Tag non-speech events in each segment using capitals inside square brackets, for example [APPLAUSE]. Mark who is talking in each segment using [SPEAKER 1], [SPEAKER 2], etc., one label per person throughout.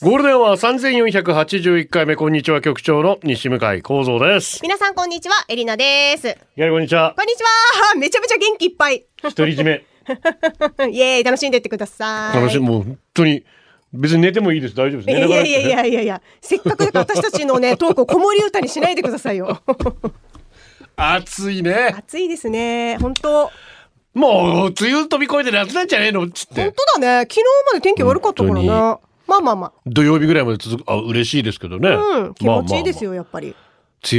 [SPEAKER 1] ゴールデンは三千四百八十一回目こんにちは局長の西向井光三です。
[SPEAKER 2] 皆さんこんにちは、エリナです。
[SPEAKER 1] やりこんにちは
[SPEAKER 2] こ。んにちは。 [LAUGHS] めちゃめちゃ元気いっ [LAUGHS] ぱい。
[SPEAKER 1] 独り占め
[SPEAKER 2] イエーイ、楽しんでってください。
[SPEAKER 1] 楽しいもう本当に別に寝てもいいです大丈夫です。
[SPEAKER 2] い
[SPEAKER 1] 寝
[SPEAKER 2] や
[SPEAKER 1] ないがら
[SPEAKER 2] や
[SPEAKER 1] ね
[SPEAKER 2] いやいやいやいや、せっかくだから私たちの
[SPEAKER 1] [LAUGHS]
[SPEAKER 2] ね、トークを子守歌にしないでくださいよ。 [LAUGHS]
[SPEAKER 1] 暑いね。
[SPEAKER 2] 暑いですね、本当。
[SPEAKER 1] もう梅雨飛び越えて夏なんじゃねえのっつって
[SPEAKER 2] 本。当だね、昨日まで天気悪かったから
[SPEAKER 1] 本
[SPEAKER 2] な。まあまあま
[SPEAKER 1] 土曜日ぐらいまで続くあ嬉しいですけどね。
[SPEAKER 2] あ。うん、気持ちいいですよ、
[SPEAKER 1] まあまあまあ
[SPEAKER 2] やっぱり。
[SPEAKER 1] 梅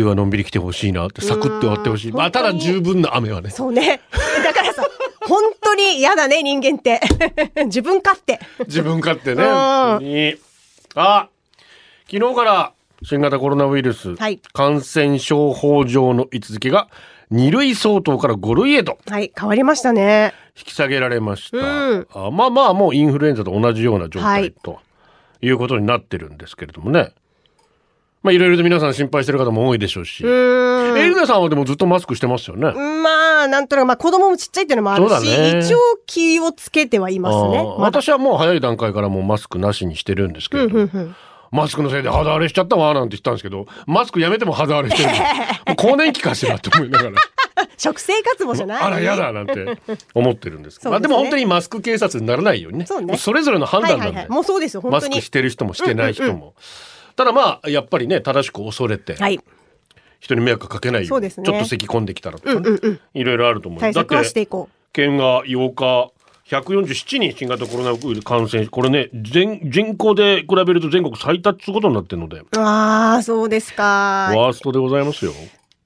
[SPEAKER 1] 雨はのんびり来てほしいなってサクッと終わってほしい。
[SPEAKER 2] うん
[SPEAKER 1] まあただ
[SPEAKER 2] 本当に
[SPEAKER 1] 十分な雨はね。
[SPEAKER 2] そうね。 [LAUGHS] だからさ、本当に嫌だね、人間って。 [LAUGHS] 自分勝手。
[SPEAKER 1] 自分勝手ね。
[SPEAKER 2] うん
[SPEAKER 1] 本当にあ昨日から新型コロナウイルス、
[SPEAKER 2] はい
[SPEAKER 1] 感染症法上の位置づけが2類相当から5類へと
[SPEAKER 2] はい、変わりましたね。
[SPEAKER 1] 引き下げられました、
[SPEAKER 2] うん
[SPEAKER 1] あまあまあもうインフルエンザと同じような状
[SPEAKER 2] は
[SPEAKER 1] 態
[SPEAKER 2] い
[SPEAKER 1] ということになってるんですけれどもねまあいろいろと皆さん心配してる方も多いでしょうし、
[SPEAKER 2] うーん。
[SPEAKER 1] エルナさんはでもずっとマスクしてますよね、
[SPEAKER 2] まあ、なんとなく、まあ、子供もちっちゃいっていうのもある
[SPEAKER 1] そうだ
[SPEAKER 2] し、
[SPEAKER 1] ね
[SPEAKER 2] 一応気をつけてはいます
[SPEAKER 1] あ
[SPEAKER 2] ね。
[SPEAKER 1] ー
[SPEAKER 2] まだ。
[SPEAKER 1] 私はもう早い段階からもうマスクなしにしてるんですけ
[SPEAKER 2] う
[SPEAKER 1] れ
[SPEAKER 2] ん
[SPEAKER 1] ども、
[SPEAKER 2] うんうん。
[SPEAKER 1] マスクのせいで肌荒れしちゃったわなんて言ったんですけど、マスクやめても肌荒れしてるんで。もう更年期かしらって思いながら、
[SPEAKER 2] 食生活もじゃない
[SPEAKER 1] あらやだなんて思ってるんですけど。まあ
[SPEAKER 2] そ
[SPEAKER 1] です
[SPEAKER 2] うでね
[SPEAKER 1] も本当にマスク警察にならないようにね。
[SPEAKER 2] そうね
[SPEAKER 1] もそれぞれの判
[SPEAKER 2] は
[SPEAKER 1] 断
[SPEAKER 2] い
[SPEAKER 1] な
[SPEAKER 2] は
[SPEAKER 1] ん
[SPEAKER 2] い
[SPEAKER 1] で
[SPEAKER 2] はい。。もうそうですよ、
[SPEAKER 1] マ
[SPEAKER 2] 本当
[SPEAKER 1] ス
[SPEAKER 2] に
[SPEAKER 1] クし。てる人もしてない人も。ただまあ、やっぱりね、正しく恐れて、
[SPEAKER 2] はい。
[SPEAKER 1] 人に迷惑かけないよ
[SPEAKER 2] そうう
[SPEAKER 1] に、
[SPEAKER 2] で
[SPEAKER 1] ち
[SPEAKER 2] す
[SPEAKER 1] ょっ
[SPEAKER 2] ね
[SPEAKER 1] と咳込んできたらと
[SPEAKER 2] う
[SPEAKER 1] か
[SPEAKER 2] んうん
[SPEAKER 1] ね、
[SPEAKER 2] うん。
[SPEAKER 1] いろいろあると思う。
[SPEAKER 2] 対
[SPEAKER 1] だっ
[SPEAKER 2] 策はして
[SPEAKER 1] て、
[SPEAKER 2] いこ
[SPEAKER 1] 県が8日、147人新型コロナウイルス感染、これね、全人口で比べると全国最多ってことになってるので、
[SPEAKER 2] う。ああ、そうですか。
[SPEAKER 1] ワーストでございますよ。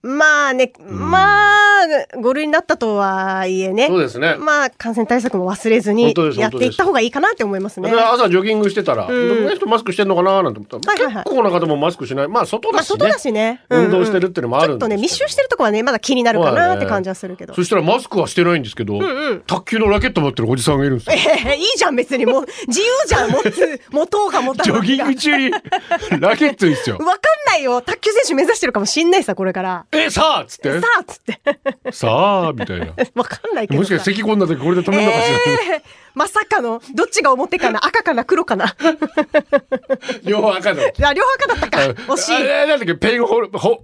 [SPEAKER 2] まあね、まあ、5類になったとはいえね。
[SPEAKER 1] そうですね
[SPEAKER 2] まあ、感染対策も忘れず
[SPEAKER 1] 本
[SPEAKER 2] に
[SPEAKER 1] 当です
[SPEAKER 2] やっていった方がいいかなって思いますね。
[SPEAKER 1] だから朝ジョギングしてたら、
[SPEAKER 2] うん
[SPEAKER 1] どんな人マスクしてんのかなーなんて思ったら、
[SPEAKER 2] はいはいはい
[SPEAKER 1] 結構な方もマスクしない。まあ外
[SPEAKER 2] まあ、
[SPEAKER 1] だしね。
[SPEAKER 2] 外だしね。うんうん
[SPEAKER 1] 運動してるっていうのもあるんですけど
[SPEAKER 2] ちょっとね、密集してるとこはね、まだ気になるかなって感じはするけど。
[SPEAKER 1] そしたらマスクはしてないんですけど、
[SPEAKER 2] うん
[SPEAKER 1] 卓球のラケット持ってるおじさんがいるんですよ。
[SPEAKER 2] えいいじゃん別にもう自由じゃん持
[SPEAKER 1] [LAUGHS]
[SPEAKER 2] つ持とうが持た
[SPEAKER 1] ジ
[SPEAKER 2] な
[SPEAKER 1] ョギ
[SPEAKER 2] い
[SPEAKER 1] ン
[SPEAKER 2] が
[SPEAKER 1] グ中にラケットですよ
[SPEAKER 2] わ。かんないよ卓球選手目指してるかもしんないさこれから
[SPEAKER 1] え、さあっつっ
[SPEAKER 2] さ
[SPEAKER 1] て。
[SPEAKER 2] あっつって [LAUGHS]
[SPEAKER 1] さあみたいな。
[SPEAKER 2] わかんないけど
[SPEAKER 1] もしかして
[SPEAKER 2] さ
[SPEAKER 1] 咳込んだ時これで止めるのかし
[SPEAKER 2] えーまさかのどっちが表かな赤かな黒かな
[SPEAKER 1] ら。両方赤だ。
[SPEAKER 2] あ両方赤だった [LAUGHS] か惜し
[SPEAKER 1] あ
[SPEAKER 2] い
[SPEAKER 1] れなんだっけペンホル、ほ、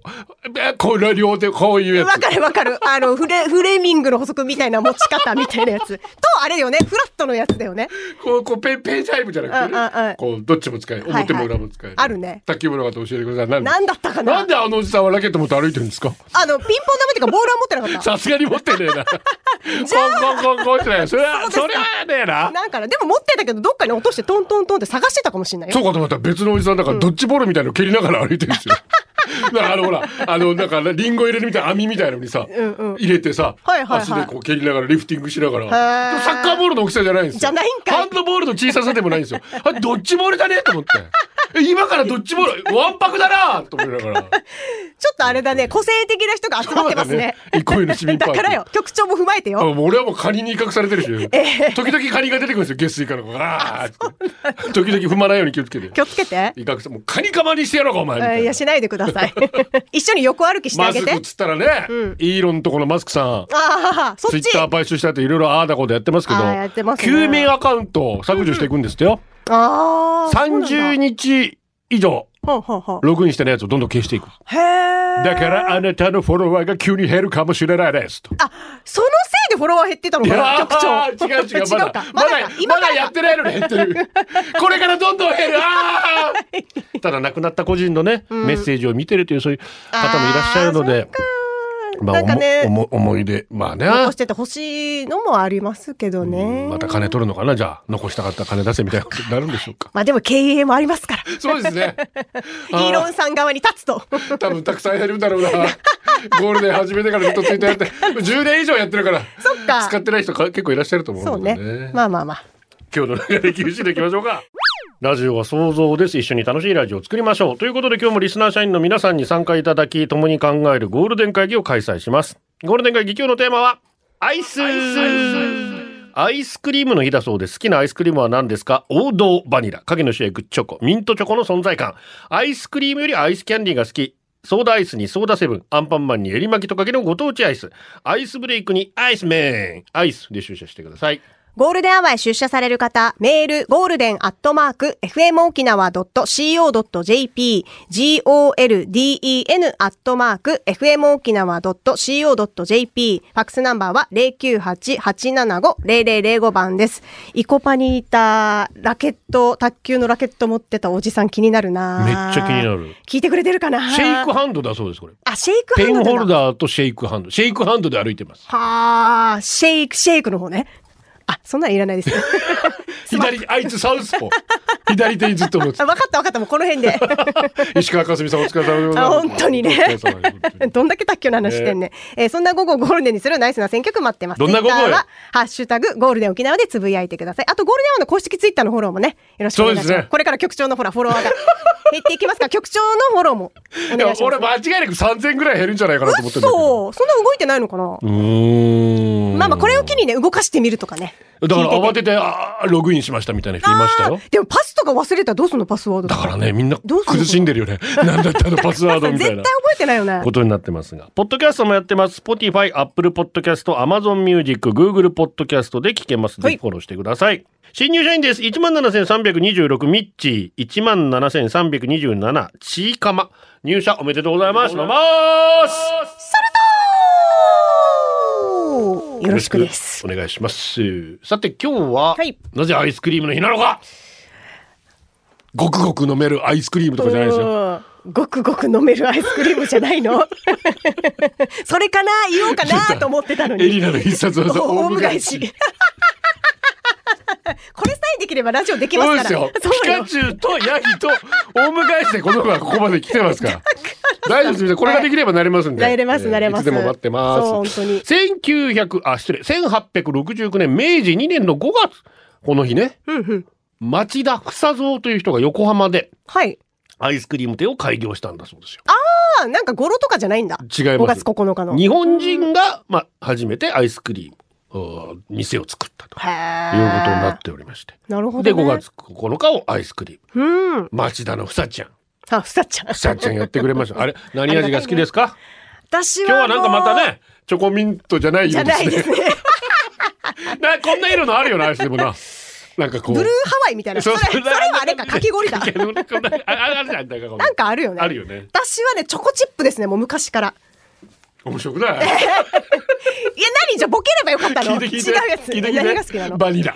[SPEAKER 1] えこの両手、こういうや
[SPEAKER 2] わ
[SPEAKER 1] つ。
[SPEAKER 2] かるわかるあのフレフレーミングの補足みたいな持ち方みたいなやつとあれよねフラットのやつだよね
[SPEAKER 1] こう、こうペン、ペンタイプじゃなくて、ね
[SPEAKER 2] うんうんうん
[SPEAKER 1] こう、どっちも使える。表も裏も使える。
[SPEAKER 2] あるね
[SPEAKER 1] 卓球部の方教えてください。なんで
[SPEAKER 2] 何だったかな
[SPEAKER 1] なんであのおじさんはラケット持って歩いてるんですか
[SPEAKER 2] あのピンポン玉っていうかボールは持ってなかった
[SPEAKER 1] さすがに持って
[SPEAKER 2] [LAUGHS]
[SPEAKER 1] ねえな。コンコンコンコンってない。それは、それはねえな。
[SPEAKER 2] なんかなでも持ってたけどどっかに落としてトントントンって探してたかもしれないよ
[SPEAKER 1] そうかと思ったら別のおじさんだからドッジボールみたいなの蹴りながら歩いてるんですよ。
[SPEAKER 2] [LAUGHS]
[SPEAKER 1] だからあのほら、あの、なんかリンゴ入れるみたいな網みたいのにさ、
[SPEAKER 2] んうん
[SPEAKER 1] 入れてさ、
[SPEAKER 2] はいはいはい
[SPEAKER 1] 足でこう蹴りながらリフティングしながら、
[SPEAKER 2] へー
[SPEAKER 1] でもサッカーボールの大きさじゃないんですよ。
[SPEAKER 2] じゃないんかい
[SPEAKER 1] ハンドボールの小ささでもないんですよ。あれドッジボールだねと
[SPEAKER 2] [LAUGHS]
[SPEAKER 1] 思って。え今からドッジボール、わんぱくだなと思いながら。
[SPEAKER 2] ちょっとあれだね、個性的な人が集まってますね。
[SPEAKER 1] そ
[SPEAKER 2] [LAUGHS]
[SPEAKER 1] うだね憩いの市民パー
[SPEAKER 2] だ
[SPEAKER 1] ク
[SPEAKER 2] からよ、局長も踏まえて
[SPEAKER 1] あ
[SPEAKER 2] よ。
[SPEAKER 1] もう俺はもうカニに威嚇されてるし、時々カニが出てくるんですよ、下水から。
[SPEAKER 2] [LAUGHS]
[SPEAKER 1] ガーッて時々踏まないように気をつけて。
[SPEAKER 2] 気をつけて。
[SPEAKER 1] 威嚇さ、もうカニカマにしてやろうか、お前みたい
[SPEAKER 2] え
[SPEAKER 1] な。
[SPEAKER 2] ーいや、しないでください。 [LAUGHS] 一緒に横歩きしてあ
[SPEAKER 1] マ
[SPEAKER 2] げ
[SPEAKER 1] スク
[SPEAKER 2] て
[SPEAKER 1] っ。つったらね、イーロンとこのマスクさん、
[SPEAKER 2] ああ、そ
[SPEAKER 1] ツ
[SPEAKER 2] っ
[SPEAKER 1] イッ
[SPEAKER 2] ち。
[SPEAKER 1] ター買収したっていろいろああだことやってますけど
[SPEAKER 2] あーやって、ますね
[SPEAKER 1] 救命アカウントを削除していくんですってよ。
[SPEAKER 2] ああ。
[SPEAKER 1] 30
[SPEAKER 2] 人。
[SPEAKER 1] 日以上、
[SPEAKER 2] ほうほうほう
[SPEAKER 1] ログインしてないやつをどんどん消していく。
[SPEAKER 2] へえ。
[SPEAKER 1] だからあなたのフォロワーが急に減るかもしれないですと。
[SPEAKER 2] そのせいでフォロワー減ってたの
[SPEAKER 1] い
[SPEAKER 2] か
[SPEAKER 1] や
[SPEAKER 2] な、局長。
[SPEAKER 1] ー違う違う、ま
[SPEAKER 2] [LAUGHS] 違う
[SPEAKER 1] だ
[SPEAKER 2] か、。
[SPEAKER 1] ま
[SPEAKER 2] ま
[SPEAKER 1] だ
[SPEAKER 2] だか、、今
[SPEAKER 1] まだ
[SPEAKER 2] から
[SPEAKER 1] やってないのに減ってる。これからどんどん減る。あーただ亡くなった個人のね、メッセージを見てるというそういう方もいらっしゃるので、
[SPEAKER 2] うん
[SPEAKER 1] まあ、
[SPEAKER 2] なんかね
[SPEAKER 1] おも思思い出、まあね。
[SPEAKER 2] 残しててほしいのもありますけどね。
[SPEAKER 1] また金取るのかなじゃあ残したかったら金出せみたいなことになるんでしょうか
[SPEAKER 2] まあでも経営もありますから。
[SPEAKER 1] そうです [LAUGHS] ね
[SPEAKER 2] イーロンさん側に立つと。 [LAUGHS]
[SPEAKER 1] 多分たくさんやるんだ [LAUGHS] ろうなゴールデン始めてからずっとツイッターやって10年以上やってるから
[SPEAKER 2] そっか
[SPEAKER 1] 使ってない人か結構いらそういらっしゃると思
[SPEAKER 2] そう
[SPEAKER 1] うので、
[SPEAKER 2] ね。まあまあまあ。
[SPEAKER 1] 今日の流れ休止でいきましょうかラジオは想像です。一緒に楽しいラジオを作りましょう。ということで今日もリスナー社員の皆さんに参加いただき、共に考えるゴールデン会議を開催します。ゴールデン会議今日のテーマは、アイスアイスクリームの日だそうです。好きなアイスクリームは何ですか王道バニラ、影の主役チョコ、ミントチョコの存在感。アイスクリームよりアイスキャンディーが好き。ソーダアイスにソーダセブン、アンパンマンにエリマキトカゲのご当地アイス、アイスブレイクにアイスメン、アイスで出社してください。
[SPEAKER 2] ゴールデンアワーへ出社される方、メール、ゴールデンアットマーク、fmokinawa.co.jp、golden アットマーク、fmokinawa.co.jp、ファックスナンバーは098-875-0005番です。イコパにいたラケット、卓球のラケット持ってたおじさん気になるな
[SPEAKER 1] めっちゃ気になる。
[SPEAKER 2] 聞いてくれてるかな
[SPEAKER 1] シェイクハンドだそうです、これ。
[SPEAKER 2] あ、シェイク
[SPEAKER 1] ペ
[SPEAKER 2] ハン
[SPEAKER 1] ン
[SPEAKER 2] ド
[SPEAKER 1] ホル
[SPEAKER 2] ー。
[SPEAKER 1] ダーとシェイクハンド。シェイクハンドで歩いてます。
[SPEAKER 2] はあ、シェイク、シェイクの方ね。あ、そんなんいらな
[SPEAKER 1] [LAUGHS]
[SPEAKER 2] いですね。
[SPEAKER 1] 左手、あいつサウスポー。左手にずっと持つ
[SPEAKER 2] あ。分かった分かった、もうこの辺
[SPEAKER 1] [LAUGHS]
[SPEAKER 2] で。
[SPEAKER 1] 石川佳純さんお疲れ様でござい
[SPEAKER 2] あ
[SPEAKER 1] ます。
[SPEAKER 2] 本当に
[SPEAKER 1] お疲れ様で
[SPEAKER 2] ね
[SPEAKER 1] す本当。に
[SPEAKER 2] [LAUGHS] どんだけ卓球の話してんねん。えーそんな午後ゴールデンにするナイスな選曲待ってます。
[SPEAKER 1] どんな午後よ
[SPEAKER 2] Twitter は、ハッシュタグ、ゴールデン沖縄でつぶやいてください。あと、ゴールデンアワーの公式ツイッターのフォローもね、よろしくお願いします。
[SPEAKER 1] そうですね
[SPEAKER 2] これから局長のほら、フォロワーが [LAUGHS] 減っていきますから、局長のフォローもお
[SPEAKER 1] い
[SPEAKER 2] 願
[SPEAKER 1] や
[SPEAKER 2] いします。
[SPEAKER 1] 俺間違いなく3000ぐらい減るんじゃないかなと思ってるんだけど。
[SPEAKER 2] そう、そんな動いてないのかな
[SPEAKER 1] うーん。
[SPEAKER 2] まあまあ、これを機にね、動かしてみるとかね。
[SPEAKER 1] だから
[SPEAKER 2] 聞い
[SPEAKER 1] 慌てて、あーログインしましたみたいな人いましたよ。
[SPEAKER 2] でも、パスとか忘れたらどうすんの、パスワードと
[SPEAKER 1] だからね、みんな
[SPEAKER 2] どうする
[SPEAKER 1] 苦しんでるよね。なんだ
[SPEAKER 2] [LAUGHS]
[SPEAKER 1] ったのパスワードみ
[SPEAKER 2] 絶
[SPEAKER 1] た
[SPEAKER 2] 対
[SPEAKER 1] いな
[SPEAKER 2] 覚。えてないよね。
[SPEAKER 1] ことになってますが。ポッドキャストもやってます。Spotify、Apple Podcast、Amazon Music、Google Podcast で聞けます。
[SPEAKER 2] は
[SPEAKER 1] ぜ
[SPEAKER 2] い
[SPEAKER 1] ひフォローしてください。新入社員です。17,326ミッチー、17,327チーカマ。入社おめでとうございます。飲まーす
[SPEAKER 2] おーよろしくです。
[SPEAKER 1] お願いします。さて今日は、
[SPEAKER 2] はい
[SPEAKER 1] なぜアイスクリームの日なのかごくごく飲めるアイスクリームとかじゃないですよ。
[SPEAKER 2] うんごくごく飲めるアイスクリームじゃないの [LAUGHS] それかな言おうかなと思ってたの
[SPEAKER 1] エリ
[SPEAKER 2] に。
[SPEAKER 1] ナの必殺
[SPEAKER 2] [LAUGHS]
[SPEAKER 1] 技、
[SPEAKER 2] オウム返
[SPEAKER 1] オウム
[SPEAKER 2] し。これさえできればラジオできま
[SPEAKER 1] そうで
[SPEAKER 2] すか
[SPEAKER 1] す
[SPEAKER 2] ら
[SPEAKER 1] よ。。ピカ
[SPEAKER 2] よ。
[SPEAKER 1] チュウとヤギとオウム返しでこの子がここまで来てます
[SPEAKER 2] [LAUGHS]
[SPEAKER 1] から。大丈夫ですみんな。これができればなれますんで。
[SPEAKER 2] なれます
[SPEAKER 1] えー
[SPEAKER 2] なれます
[SPEAKER 1] いつでも待ってます。
[SPEAKER 2] そう本
[SPEAKER 1] 1900、あ、失礼。1869年、明治2年の5月。この日ね、
[SPEAKER 2] うんうん
[SPEAKER 1] 町田房蔵という人が横浜で
[SPEAKER 2] はい。
[SPEAKER 1] アイスクリーム店を開業したんだそうですよ。
[SPEAKER 2] まあ、なんか語呂とかじゃないんだ。
[SPEAKER 1] 違い
[SPEAKER 2] 5
[SPEAKER 1] ま
[SPEAKER 2] 月
[SPEAKER 1] す。
[SPEAKER 2] 9日の。
[SPEAKER 1] 日本人が、まあ、初めてアイスクリームうん、店を作ったと
[SPEAKER 2] へー
[SPEAKER 1] いうことになっておりまして。
[SPEAKER 2] なるほ
[SPEAKER 1] で、
[SPEAKER 2] ど、ね。
[SPEAKER 1] 5。月9日をアイスクリーム。
[SPEAKER 2] うん。
[SPEAKER 1] 町田の房ちゃん。
[SPEAKER 2] あ、ふさっちゃん。
[SPEAKER 1] さっちゃんやってくれました。
[SPEAKER 2] [LAUGHS]
[SPEAKER 1] あれ、何味が好きですか。
[SPEAKER 2] 私は
[SPEAKER 1] 今日はなんかまた
[SPEAKER 2] も。
[SPEAKER 1] ね、チョコミントじゃないう
[SPEAKER 2] じ
[SPEAKER 1] 色
[SPEAKER 2] ゃ
[SPEAKER 1] で
[SPEAKER 2] ない
[SPEAKER 1] す
[SPEAKER 2] です
[SPEAKER 1] ね。
[SPEAKER 2] ね。
[SPEAKER 1] な、 [LAUGHS] こんな色のあるよな、アイスでもな。なんかこう。
[SPEAKER 2] ブルーハワイみたいな。そ
[SPEAKER 1] そう
[SPEAKER 2] れ、
[SPEAKER 1] そう
[SPEAKER 2] それはあれか、かき氷だ。
[SPEAKER 1] いやでもこんなあああるじゃんなんかこう
[SPEAKER 2] なんかあるよね。
[SPEAKER 1] あるよね。
[SPEAKER 2] 私はね、チョコチップですね、もう昔から。
[SPEAKER 1] 面白くない。
[SPEAKER 2] いや、何じゃ、ボケればよかったの。
[SPEAKER 1] 聞いて聞いて。
[SPEAKER 2] 違うやつ。
[SPEAKER 1] 聞いて聞いて
[SPEAKER 2] 何が好きなの
[SPEAKER 1] バニラ。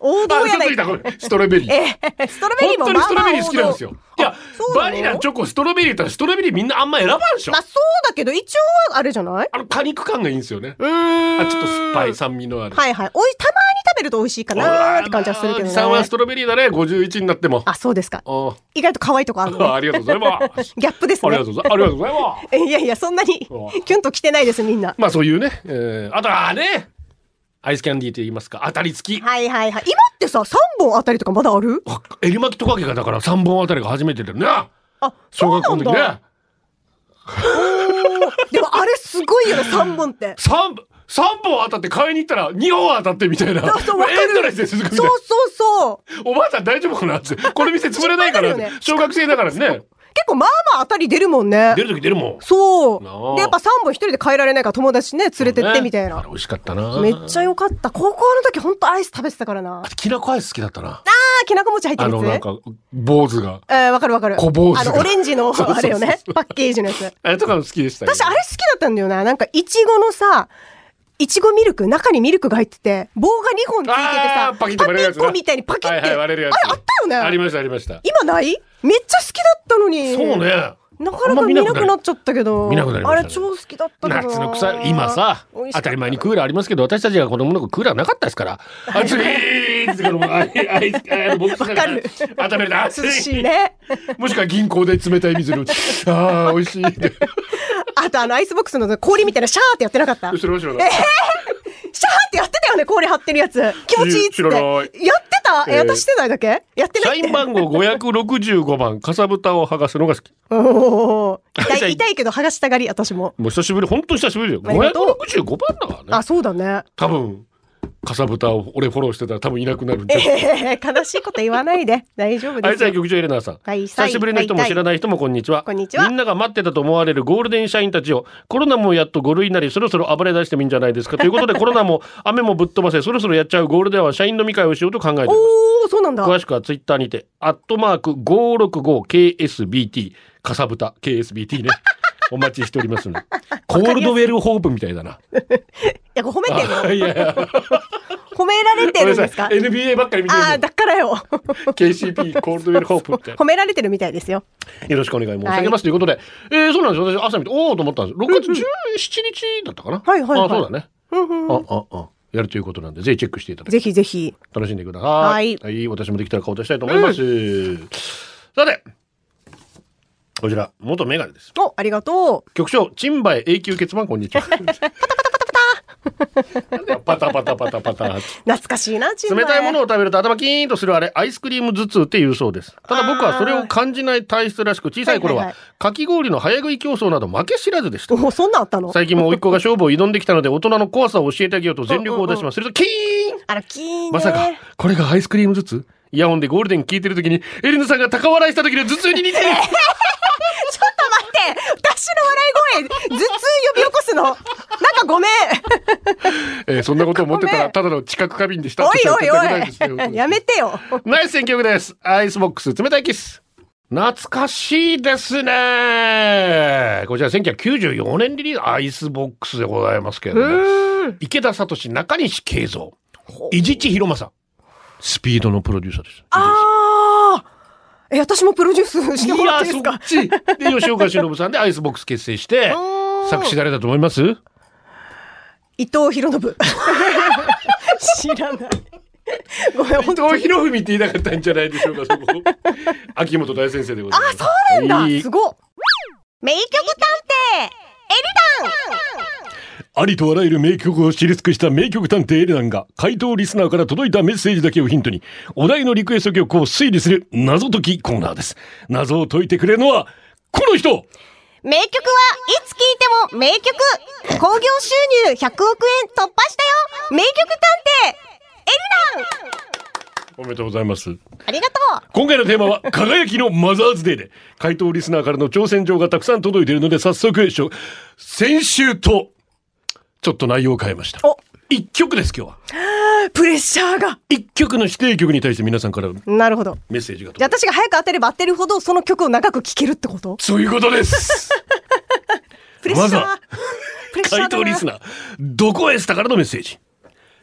[SPEAKER 2] 王道や
[SPEAKER 1] あ、
[SPEAKER 2] な
[SPEAKER 1] 嘘つ
[SPEAKER 2] い
[SPEAKER 1] いた、これ。ストロベリー。
[SPEAKER 2] えストロベ
[SPEAKER 1] 本
[SPEAKER 2] リーも
[SPEAKER 1] 当に
[SPEAKER 2] ま
[SPEAKER 1] スト
[SPEAKER 2] あま
[SPEAKER 1] ロ
[SPEAKER 2] あ
[SPEAKER 1] ベリー好きなんですよ。いや
[SPEAKER 2] あそう、な
[SPEAKER 1] バ
[SPEAKER 2] の
[SPEAKER 1] ニラ、チョコ、ストロベリーって言ったらストロベリーみんなあんま選ばんでしょ
[SPEAKER 2] まあ、。そうだけど、一応はあれじゃない
[SPEAKER 1] あの果肉感がいいんですよね。
[SPEAKER 2] うーん。
[SPEAKER 1] あ、ちょっと酸っぱい酸味のある。
[SPEAKER 2] はいはい。おい、たまに食べると美味しいかなーって感じはするけどね。
[SPEAKER 1] 3はストロベリーだね、51になっても。
[SPEAKER 2] あ、そうですか。
[SPEAKER 1] あ
[SPEAKER 2] 意外と可愛いとこある
[SPEAKER 1] あ
[SPEAKER 2] の
[SPEAKER 1] あり
[SPEAKER 2] ね。
[SPEAKER 1] がとうございます。
[SPEAKER 2] [LAUGHS] ギャップです
[SPEAKER 1] あり
[SPEAKER 2] ね
[SPEAKER 1] がとう。ございます。ありがとうございます。
[SPEAKER 2] え [LAUGHS] いやいや、そんなに
[SPEAKER 1] うん
[SPEAKER 2] キュンと来てないです、みんな。
[SPEAKER 1] まあそういうね、えー、あとはね、アイスキャンディーと言いますか、当たり付き。
[SPEAKER 2] はいはいはい。今ってさ、3本あたりとかまだある
[SPEAKER 1] あエリマキトカゲがだから3本あたりが初めてだよね。
[SPEAKER 2] あ、
[SPEAKER 1] 小
[SPEAKER 2] そう
[SPEAKER 1] 学
[SPEAKER 2] な
[SPEAKER 1] 校
[SPEAKER 2] ん
[SPEAKER 1] の時ね
[SPEAKER 2] だ。。でもあれすごいよね、3
[SPEAKER 1] [LAUGHS]
[SPEAKER 2] 本って。
[SPEAKER 1] 三三本当たって買いに行ったら2本当たってみたいな。
[SPEAKER 2] そうそうわかる
[SPEAKER 1] エンドレスで続くみた
[SPEAKER 2] そ
[SPEAKER 1] いうな。
[SPEAKER 2] そうそう。
[SPEAKER 1] おばあちゃん大丈夫かなって。この店潰れないからって
[SPEAKER 2] 心配になるよね
[SPEAKER 1] 小学生だからね。
[SPEAKER 2] 結構まあまあ当たり出るもんね
[SPEAKER 1] 出。る時出るもん。な
[SPEAKER 2] そ
[SPEAKER 1] あ
[SPEAKER 2] う。で、やっぱ3本一人で帰られないから友達ね、連れてってみたい
[SPEAKER 1] あ
[SPEAKER 2] な
[SPEAKER 1] れ。美味しかったな。
[SPEAKER 2] めっちゃ良かった。高校の時ほんとアイス食べてたからな。あ
[SPEAKER 1] あときなこアイス好きだったな。
[SPEAKER 2] ー、きなこ餅入って
[SPEAKER 1] あ
[SPEAKER 2] るや
[SPEAKER 1] の
[SPEAKER 2] つ
[SPEAKER 1] なん
[SPEAKER 2] ね。
[SPEAKER 1] か坊主が。
[SPEAKER 2] えーわかるわかる。
[SPEAKER 1] 小坊主が
[SPEAKER 2] あの、オレンジ
[SPEAKER 1] [LAUGHS]
[SPEAKER 2] の、
[SPEAKER 1] そうそうそう
[SPEAKER 2] あれよね。パッケージのやつ。
[SPEAKER 1] あれとかも好きでしたけど。
[SPEAKER 2] 私、あれ好きだったんだよな。なんか、いちごのさ、いちごミルク、中にミルクが入ってて、棒が2本ついてて
[SPEAKER 1] あ
[SPEAKER 2] さ
[SPEAKER 1] ー、パキッと割れるやつな
[SPEAKER 2] パピコみたいにパキって。
[SPEAKER 1] はいはい割れるやつ
[SPEAKER 2] あれあったよ
[SPEAKER 1] あり
[SPEAKER 2] ね。
[SPEAKER 1] ましたありました。
[SPEAKER 2] 今ないめっちゃ好きだったのに。
[SPEAKER 1] そうね。
[SPEAKER 2] なかなか見なくなっちゃったけど。
[SPEAKER 1] 見なくなりまし
[SPEAKER 2] あ
[SPEAKER 1] たね
[SPEAKER 2] れ超好きだったけどな
[SPEAKER 1] 夏の草今さ
[SPEAKER 2] 美味し
[SPEAKER 1] 当
[SPEAKER 2] かった
[SPEAKER 1] り前にクーラーありますけど私たちが子供の頃クーラーなかったですから暑いですからもうあいあいあい僕
[SPEAKER 2] わかる
[SPEAKER 1] 温めると暑
[SPEAKER 2] 涼し
[SPEAKER 1] い
[SPEAKER 2] いね。 [LAUGHS]
[SPEAKER 1] もしくは銀行で冷たい水のああ美味しい
[SPEAKER 2] あとあのアイスボックスの氷みたいなシャーってやってなかったシャ
[SPEAKER 1] 後
[SPEAKER 2] ー
[SPEAKER 1] ろ後ろだ
[SPEAKER 2] ってやってたよね氷張ってるやつ。気持ちいいっつって。
[SPEAKER 1] 知らない
[SPEAKER 2] やってたたえ、
[SPEAKER 1] えー
[SPEAKER 2] 私してないだけやって
[SPEAKER 1] 社
[SPEAKER 2] ないって
[SPEAKER 1] 員番号565番、かさぶたを剥がすのが好き。
[SPEAKER 2] おおー
[SPEAKER 1] じゃ
[SPEAKER 2] 痛
[SPEAKER 1] あ
[SPEAKER 2] い痛いけど剥がしたがり私も
[SPEAKER 1] もう久しぶり、本当に久しぶりだよ。
[SPEAKER 2] ありがとう
[SPEAKER 1] 565番だから
[SPEAKER 2] あ
[SPEAKER 1] ね。
[SPEAKER 2] そう
[SPEAKER 1] [LAUGHS]
[SPEAKER 2] だね
[SPEAKER 1] 多分、かさぶたを俺フォローしてたら多分いなくなるんじゃない
[SPEAKER 2] えー悲しいこと言わないで大丈夫
[SPEAKER 1] 愛
[SPEAKER 2] です
[SPEAKER 1] 妻
[SPEAKER 2] よ
[SPEAKER 1] 局長エレナーさん、
[SPEAKER 2] はい
[SPEAKER 1] 久しぶりの人も知らない人もこんにちは
[SPEAKER 2] こんにちは
[SPEAKER 1] みんなが待ってたと思われるゴールデン社員たちをコロナもやっと5類になりそろそろ暴れ出してもいいんじゃない
[SPEAKER 2] [LAUGHS]
[SPEAKER 1] ですかということでコロナも雨もぶっ飛ばせそろそろやっちゃうゴールデンは社員飲み会をしようと考えています
[SPEAKER 2] おおそうなんだ
[SPEAKER 1] 詳しくはツイッターにて「アットマーク #565KSBT」かさぶた
[SPEAKER 2] [LAUGHS]
[SPEAKER 1] KSBT ねお待ちしておりますのでコールドウェルホープみたいだない
[SPEAKER 2] やこれ褒めてる
[SPEAKER 1] あいやい
[SPEAKER 2] [LAUGHS]
[SPEAKER 1] や
[SPEAKER 2] 褒められて
[SPEAKER 1] ごめん
[SPEAKER 2] るん
[SPEAKER 1] な
[SPEAKER 2] です
[SPEAKER 1] さ
[SPEAKER 2] か
[SPEAKER 1] い NBA ばっかり見て
[SPEAKER 2] ああ
[SPEAKER 1] る
[SPEAKER 2] だからよ
[SPEAKER 1] KCP コールドウェルホープみたいな
[SPEAKER 2] [LAUGHS] 褒められてるみたいですよ
[SPEAKER 1] [LAUGHS] よろしくお願い申し上げますということで、えーそうなんですよ私朝見ておおと思ったんです6月17日だったかな、
[SPEAKER 2] はいはいはい
[SPEAKER 1] あそうだね、
[SPEAKER 2] うんうん
[SPEAKER 1] あああやるということなんでぜひチェックしていただき
[SPEAKER 2] ぜひぜひ
[SPEAKER 1] 楽しんでください
[SPEAKER 2] は
[SPEAKER 1] 私もできたら顔出したいと思います、さてこちら元メガネです
[SPEAKER 2] おありがとう
[SPEAKER 1] 局長チンバイ永久欠番こんにちはパタパタ [LAUGHS] パタパタ
[SPEAKER 2] 懐かしいなチンバイ
[SPEAKER 1] 冷たいものを食べると頭キーンとするあれアイスクリーム頭痛って言うそうですただ僕はそれを感じない体質らしく小さい頃
[SPEAKER 2] はい
[SPEAKER 1] は
[SPEAKER 2] はい
[SPEAKER 1] かき氷の早食い競争など負け知らずでした
[SPEAKER 2] おそんなんあったの
[SPEAKER 1] 最近も甥っ子が勝負を挑んできたので大人の怖さを教えてあげようと全力を出しますするとキーン
[SPEAKER 2] あらキーンね
[SPEAKER 1] まさかこれがアイスクリーム頭痛イヤホンでゴールデン聞いてる時にエリナさんが高笑いした時の頭痛に似
[SPEAKER 2] [LAUGHS]
[SPEAKER 1] てる
[SPEAKER 2] ちょっと待って私の笑い声頭痛呼び起こすのなんかごめん
[SPEAKER 1] えーそんなことを思ってたらただの知覚過敏でした
[SPEAKER 2] おい
[SPEAKER 1] っ
[SPEAKER 2] おい
[SPEAKER 1] て言っちゃったことな
[SPEAKER 2] お
[SPEAKER 1] です
[SPEAKER 2] い
[SPEAKER 1] ね
[SPEAKER 2] やめてよ
[SPEAKER 1] ナイス選曲です。アイスボックス、冷たいキス。懐かしいですね。こちら1994年リリース、アイスボックスでございますけれどね。池田聡、中西慶三、伊地知博正。スピードのプロデューサーです。
[SPEAKER 2] ああえ私もプロデュースしてもらっていいです
[SPEAKER 1] いや
[SPEAKER 2] か
[SPEAKER 1] そっち。で、吉岡忍さんでアイスボックス結成して、作詞誰だと思います
[SPEAKER 2] 伊藤博信知らないごめん本当
[SPEAKER 1] 伊藤博文って言いなかったんじゃないでしょうか、そこ。秋元大先生でございます。あ、そう
[SPEAKER 2] なんだすごっ名曲探偵エルダン
[SPEAKER 3] ありとあらゆる名曲を知り尽くした名曲探偵エレナンが回答リスナーから届いたメッセージだけをヒントにお題のリクエスト曲を推理する謎解きコーナーです。謎を解いてくれるのはこの人
[SPEAKER 2] 名曲はいつ聴いても名曲興行収入100億円突破したよ名曲探偵エルダン
[SPEAKER 1] おめでとうございます。
[SPEAKER 2] ありがとう
[SPEAKER 1] 今回のテーマは「輝きのマザーズデー」で回答リスナーからの挑戦状がたくさん届いているので早速しょ先週とちょっと内容を変えました
[SPEAKER 2] お
[SPEAKER 1] 1曲です今日は
[SPEAKER 2] プレッシャーが
[SPEAKER 1] 1曲の指定曲に対して皆さんからメ
[SPEAKER 2] なるほど
[SPEAKER 1] ッセージが
[SPEAKER 2] じゃあ
[SPEAKER 1] 届いて
[SPEAKER 2] 私が早く当てれば当てるほどその曲を長く聴けるってこと
[SPEAKER 1] そういうことです
[SPEAKER 2] プレッシャ
[SPEAKER 1] マ
[SPEAKER 2] ー、
[SPEAKER 1] ザ
[SPEAKER 2] プレッシ
[SPEAKER 1] 回
[SPEAKER 2] ャーだな
[SPEAKER 1] 答リスナーどこへスタからのメッセージ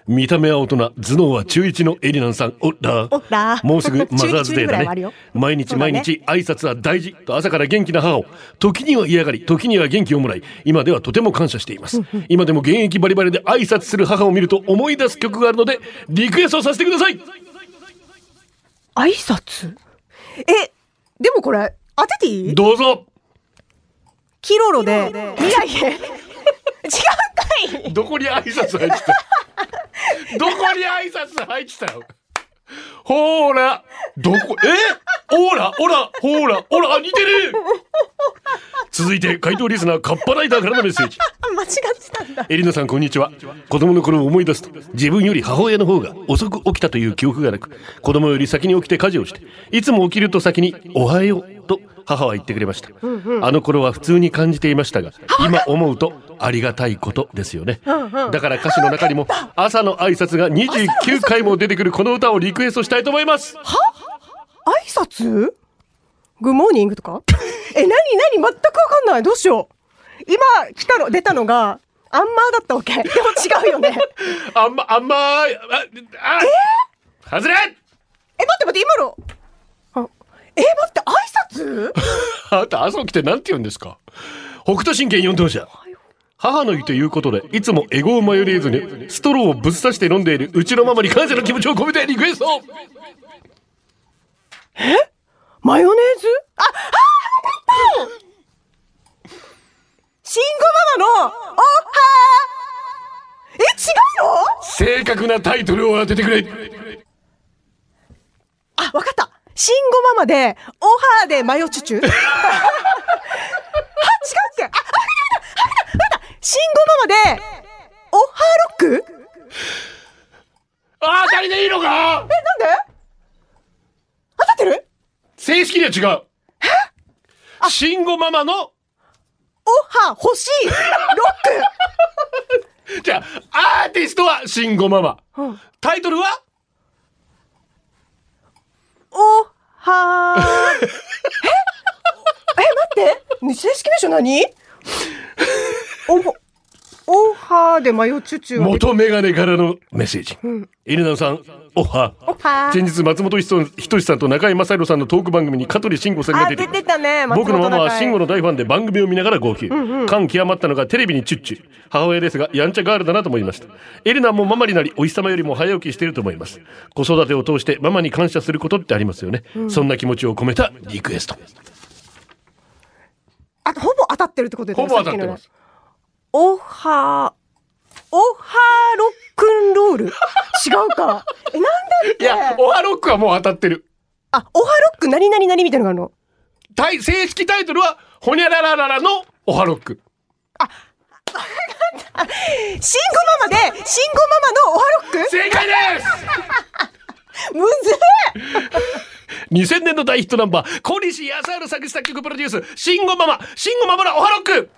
[SPEAKER 1] 見た目は大人頭脳は中1のエリナンさんおら
[SPEAKER 2] おら
[SPEAKER 1] もうすぐマザーズデー
[SPEAKER 2] 中一ぐら
[SPEAKER 1] だ
[SPEAKER 2] いはある
[SPEAKER 1] ね
[SPEAKER 2] よ
[SPEAKER 1] 毎日毎日挨拶は大事と朝から元気な母を時には嫌がり時には元気をもらい今ではとても感謝しています今でも現役バリバリで挨拶する母を見ると思い出す曲があるのでリクエストさせてください
[SPEAKER 2] 挨拶えでもこれ当てていい
[SPEAKER 1] どうぞ
[SPEAKER 2] キロロで未来へ違うかい
[SPEAKER 1] どこに挨拶入ってたどこに挨拶入ってたよほーらどこえオーラオラほーらオラあ似てる続いて回答リスナーカッパライダーからのメッセージ
[SPEAKER 2] あ間違ってたんだ
[SPEAKER 1] エリナさんこんにちは子供の頃を思い出すと自分より母親の方が遅く起きたという記憶がなく子供より先に起きて家事をしていつも起きると先に「おはよう」と母は言ってくれました、あの頃は普通に感じていましたが今思うとありがたいことですよね、だから歌詞の中にも「朝の挨拶が29回も出てくるこの歌をリクエストしたいと思います
[SPEAKER 2] 挨拶グッモーニングとか [LAUGHS] え、なになに全くわかんない。どうしよう。今来たの、出たのが、アンマーだったわけ。でも違うよね。え、待
[SPEAKER 1] あんまあんまーいああ外れ
[SPEAKER 2] って待って、今の。あえ、待って、挨拶
[SPEAKER 1] あなた朝起きてなんて言うんですか北斗神拳4等車。母の日ということで、いつもエゴをマヨネーズにストローをぶっ刺して飲んでいるうちのママに感謝の気持ちを込めてリクエスト
[SPEAKER 2] マヨネーズあ、あー、わかった慎吾ママの、おはーえ、違う
[SPEAKER 1] 正
[SPEAKER 2] の
[SPEAKER 1] 確なタイトルを当ててくれ
[SPEAKER 2] まで、オハーでマヨチュ [LAUGHS] チュあ、違うっけあ、あ、わかったわかったわかった新ごままで、オハーロック
[SPEAKER 3] ああ、足りでいいのか
[SPEAKER 2] え、なんで当たってる
[SPEAKER 3] 正式には違う。慎吾ママの、
[SPEAKER 2] オハ欲しいロック
[SPEAKER 3] じゃあ、アーティストは慎吾ママ。タイトルは
[SPEAKER 2] おはーええ、待って正式名称何おほ、おはーでマヨチュチュは
[SPEAKER 3] 元メガネからのメッセージ。イレナさん、オハ。
[SPEAKER 2] オハ
[SPEAKER 3] 先日、松本人志さんと中井正弘さんのトーク番組に香取慎吾さんが
[SPEAKER 2] あ、
[SPEAKER 3] 出て
[SPEAKER 2] 出
[SPEAKER 3] る
[SPEAKER 2] てたね。松
[SPEAKER 3] 僕
[SPEAKER 2] 本
[SPEAKER 3] のママは
[SPEAKER 2] 中居
[SPEAKER 3] 慎吾の大ファンで番組を見ながら号泣。感極まったのがテレビにチュッチュ。母親ですが、やんちゃガールだなと思いました。エレナもママになり、お日様よりも早起きしていると思います。子育てを通してママに感謝することってありますよね。そんな気持ちを込めたリクエスト。
[SPEAKER 2] あと、ほぼ当たってるってことです
[SPEAKER 3] ほ
[SPEAKER 2] ね。
[SPEAKER 3] ぼ当た
[SPEAKER 2] さ
[SPEAKER 3] っ
[SPEAKER 2] きの
[SPEAKER 3] て
[SPEAKER 2] ね
[SPEAKER 3] ます。。
[SPEAKER 2] オハオハロックンロール違うか。え、なんだっ
[SPEAKER 3] い
[SPEAKER 2] け
[SPEAKER 3] や、オハロックはもう当たってる。
[SPEAKER 2] あ、オハロック何々何みたいなのがあるの。
[SPEAKER 3] タイ正式タイトルは、ほにゃららららのオハロック。
[SPEAKER 2] シンゴママで、シンゴママのオハロック
[SPEAKER 3] 正解です
[SPEAKER 2] むずい
[SPEAKER 3] !2000 年の大ヒットナンバー、小西康春作詞作曲プロデュース、慎吾ママ、慎吾ママのオハロック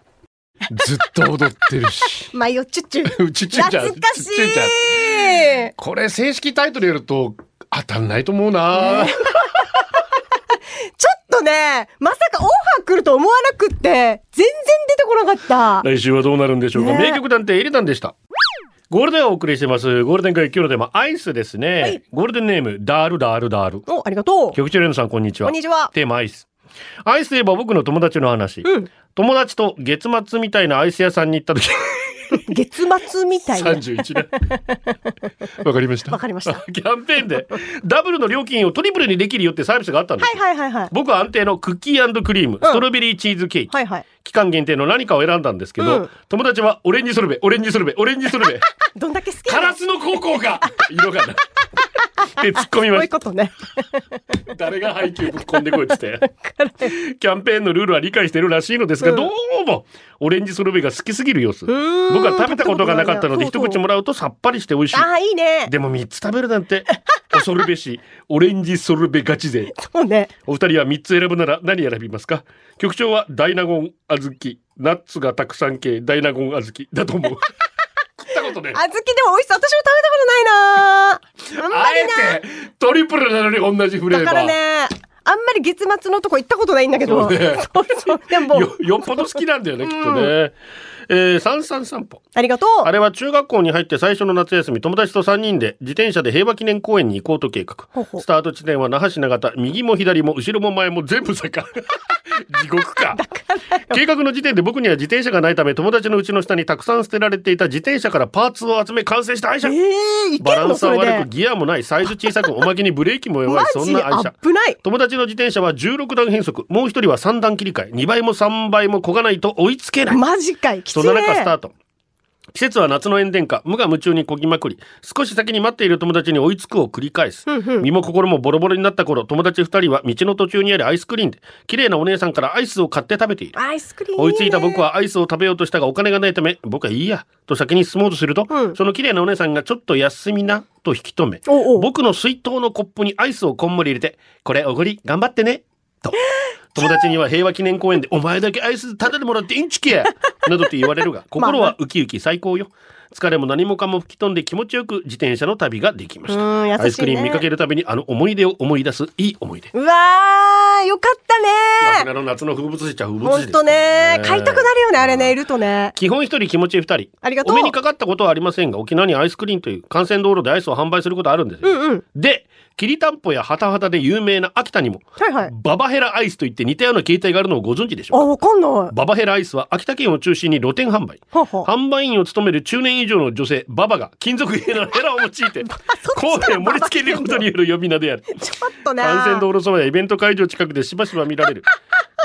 [SPEAKER 3] ずっと踊ってるし。
[SPEAKER 2] マヨチュチ
[SPEAKER 3] [LAUGHS]
[SPEAKER 2] ュ。
[SPEAKER 3] うちちゅちゃん
[SPEAKER 2] 懐かし
[SPEAKER 3] ちゅちゅちゃん
[SPEAKER 2] い
[SPEAKER 3] これ正式タイトルやると当たんないと思うな、
[SPEAKER 2] ちょっとね、まさかオファー来ると思わなくって、全然出てこなか
[SPEAKER 1] [LAUGHS]
[SPEAKER 2] った。
[SPEAKER 1] [LAUGHS] 来週はどうなるんでしょうか、
[SPEAKER 2] ね
[SPEAKER 1] 名曲探偵エリダンでしたゴールデンをお送りしてますゴールデン会今日のテーマアイスですね、
[SPEAKER 2] はい
[SPEAKER 1] ゴールデンネームダールダールダール
[SPEAKER 2] お、ありがとう。
[SPEAKER 1] 局長レンさんこんにちは
[SPEAKER 2] こんにちは。
[SPEAKER 1] テーマアイスアイスといえば僕の友達の話、
[SPEAKER 2] うん。
[SPEAKER 1] 友達と月末みたいなアイス屋さんに行った時
[SPEAKER 2] 月末みた
[SPEAKER 1] [LAUGHS]
[SPEAKER 2] いな。
[SPEAKER 3] 31年
[SPEAKER 2] [LAUGHS]
[SPEAKER 3] わかりました
[SPEAKER 2] わかりました。は
[SPEAKER 1] キャンペーンでダブルの料金をトリプルにできるよってサービスがあったんです、
[SPEAKER 2] いはいはいはい。
[SPEAKER 1] 僕は安定のクッキークリーム、ストロベリーチーズケーキ、
[SPEAKER 2] はいはい。
[SPEAKER 1] 期間限定の何かを選んだんですけど、
[SPEAKER 2] うん
[SPEAKER 1] 友達はオレンジソルベオレンジソルベオレンジソル
[SPEAKER 2] [LAUGHS]
[SPEAKER 1] ベ
[SPEAKER 2] どんだけ好き
[SPEAKER 3] カ
[SPEAKER 2] な
[SPEAKER 3] ラ
[SPEAKER 2] の
[SPEAKER 3] スの高校か色がなで突っ込み
[SPEAKER 2] こ
[SPEAKER 1] ま
[SPEAKER 2] うい
[SPEAKER 1] し
[SPEAKER 2] うことね。
[SPEAKER 1] た誰が配給ぶっ込んでこいっつ
[SPEAKER 2] [LAUGHS]
[SPEAKER 1] ってキャンペーンのルールは理解してるらしいのですが、
[SPEAKER 2] うん
[SPEAKER 1] どうもオレンジソルベが好きすぎる様子僕
[SPEAKER 2] ーん
[SPEAKER 1] は食べたことがなかったので一
[SPEAKER 2] 食べたことないな
[SPEAKER 1] 口もらうとさっぱりして美味しい
[SPEAKER 2] ああ、いいね。
[SPEAKER 1] でも3つ食べるなんて恐るべしオレンジソルベガチ勢
[SPEAKER 2] そうね。
[SPEAKER 1] お二人は3つ選ぶなら何選びますか局長はダイナゴン小豆ナッツがたくさん系ダイナゴン小豆だと思う食ったことね
[SPEAKER 2] あずきでも美味しそう。私も
[SPEAKER 3] あ
[SPEAKER 2] 食べたことないな。あんまりな。
[SPEAKER 3] えてトリプルなのに同じフレー
[SPEAKER 2] だ
[SPEAKER 3] バ
[SPEAKER 2] から
[SPEAKER 3] ー、
[SPEAKER 2] ね、あんまり月末のとこ行ったことないんだけど。
[SPEAKER 3] そうね
[SPEAKER 2] そう [LAUGHS] そうでもも
[SPEAKER 1] よ
[SPEAKER 2] う、
[SPEAKER 1] よっぽど好きなんだよねきっとね、えー、三三散歩
[SPEAKER 2] ありがと
[SPEAKER 1] あ
[SPEAKER 2] う。
[SPEAKER 1] れは中学校に入って最初の夏休み友達と3人で自転車で平和記念公園に行こうと計画
[SPEAKER 2] ほうほう
[SPEAKER 1] スタート地点は那覇市長田右も左も後ろも前も全部坂 [LAUGHS] 地獄
[SPEAKER 2] [LAUGHS]
[SPEAKER 1] か計画の時点で僕には自転車がないため友達のうちの下にたくさん捨てられていた自転車からパーツを集め完成した愛車
[SPEAKER 2] ええー、いけ
[SPEAKER 1] バ
[SPEAKER 2] る
[SPEAKER 1] ラ
[SPEAKER 2] の
[SPEAKER 1] ンス
[SPEAKER 2] そ
[SPEAKER 1] は
[SPEAKER 2] れ
[SPEAKER 1] 悪く
[SPEAKER 2] で。
[SPEAKER 1] ギアもないサイズ小さくおまけにブレーキも弱
[SPEAKER 2] マ
[SPEAKER 1] いそん
[SPEAKER 2] ジ
[SPEAKER 1] な愛車
[SPEAKER 2] 危ない。
[SPEAKER 1] 友達の自転車は16段変速もう一人は3段切り替え2倍も3倍もこがないと追いつけない
[SPEAKER 2] マジかい。きつ
[SPEAKER 1] そ
[SPEAKER 2] い
[SPEAKER 1] んな
[SPEAKER 2] ね。
[SPEAKER 1] 中スタート季節は夏の炎天下無我夢中にこぎまくり少し先に待っている友達に追いつくを繰り返す
[SPEAKER 2] うんうん
[SPEAKER 1] 身も心もボロボロになった頃友達2人は道の途中にあるアイスクリーンで綺麗なお姉さんからアイスを買って食べている
[SPEAKER 2] アイスクリームね
[SPEAKER 1] 追いついた僕はアイスを食べようとしたがお金がないため僕はいいやと先に進もうとすると、
[SPEAKER 2] うん
[SPEAKER 1] その綺麗なお姉さんがちょっと休みなと引き止め
[SPEAKER 2] おうおう
[SPEAKER 1] 僕の水筒のコップにアイスをこんもり入れてこれおごり頑張ってねと友達には平和記念公園でお前だけアイスタダでもらってインチキや [LAUGHS] などと言われるが
[SPEAKER 2] [LAUGHS] まあ
[SPEAKER 1] 心はウキウキ最高よ疲れも何もかも吹き飛んで気持ちよく自転車の旅ができました、
[SPEAKER 2] うん優しいね
[SPEAKER 1] アイスクリーン見かけるたびにあの思い出を思い出すいい思い出
[SPEAKER 2] うわー、よかった
[SPEAKER 1] 沖
[SPEAKER 2] ね。
[SPEAKER 1] 縄の夏の風物詩っちゃ風物詩
[SPEAKER 2] ほ
[SPEAKER 1] です
[SPEAKER 2] んとね。買いたくなるよね、あれね、
[SPEAKER 1] う
[SPEAKER 2] いるとね。
[SPEAKER 1] 基本一人気持ち二人。
[SPEAKER 2] ありがと
[SPEAKER 1] お
[SPEAKER 2] う
[SPEAKER 1] 目にかかったことはありませんが、沖縄にアイスクリーンという幹線道路でアイスを販売することあるんです
[SPEAKER 2] う
[SPEAKER 1] よ。
[SPEAKER 2] んうん。
[SPEAKER 1] で、きりたんぽやハタハタで有名な秋田にも、
[SPEAKER 2] はいはい。
[SPEAKER 1] ババヘラアイスといって似たような形態があるのをご存知でし
[SPEAKER 2] あ、
[SPEAKER 1] ょうか
[SPEAKER 2] わかんない。
[SPEAKER 1] ババヘラアイスは秋田県を中心に露店販売。
[SPEAKER 2] ほうほう。
[SPEAKER 1] 販売員を務める中年以上の女性、ババが金属入れのヘラを用い
[SPEAKER 2] [LAUGHS]
[SPEAKER 1] て、神戸を盛り付けることによる呼び名である。
[SPEAKER 2] ちょっとね。 [LAUGHS]
[SPEAKER 1] 幹線道路そばやイベント会場近くでしばしば見られる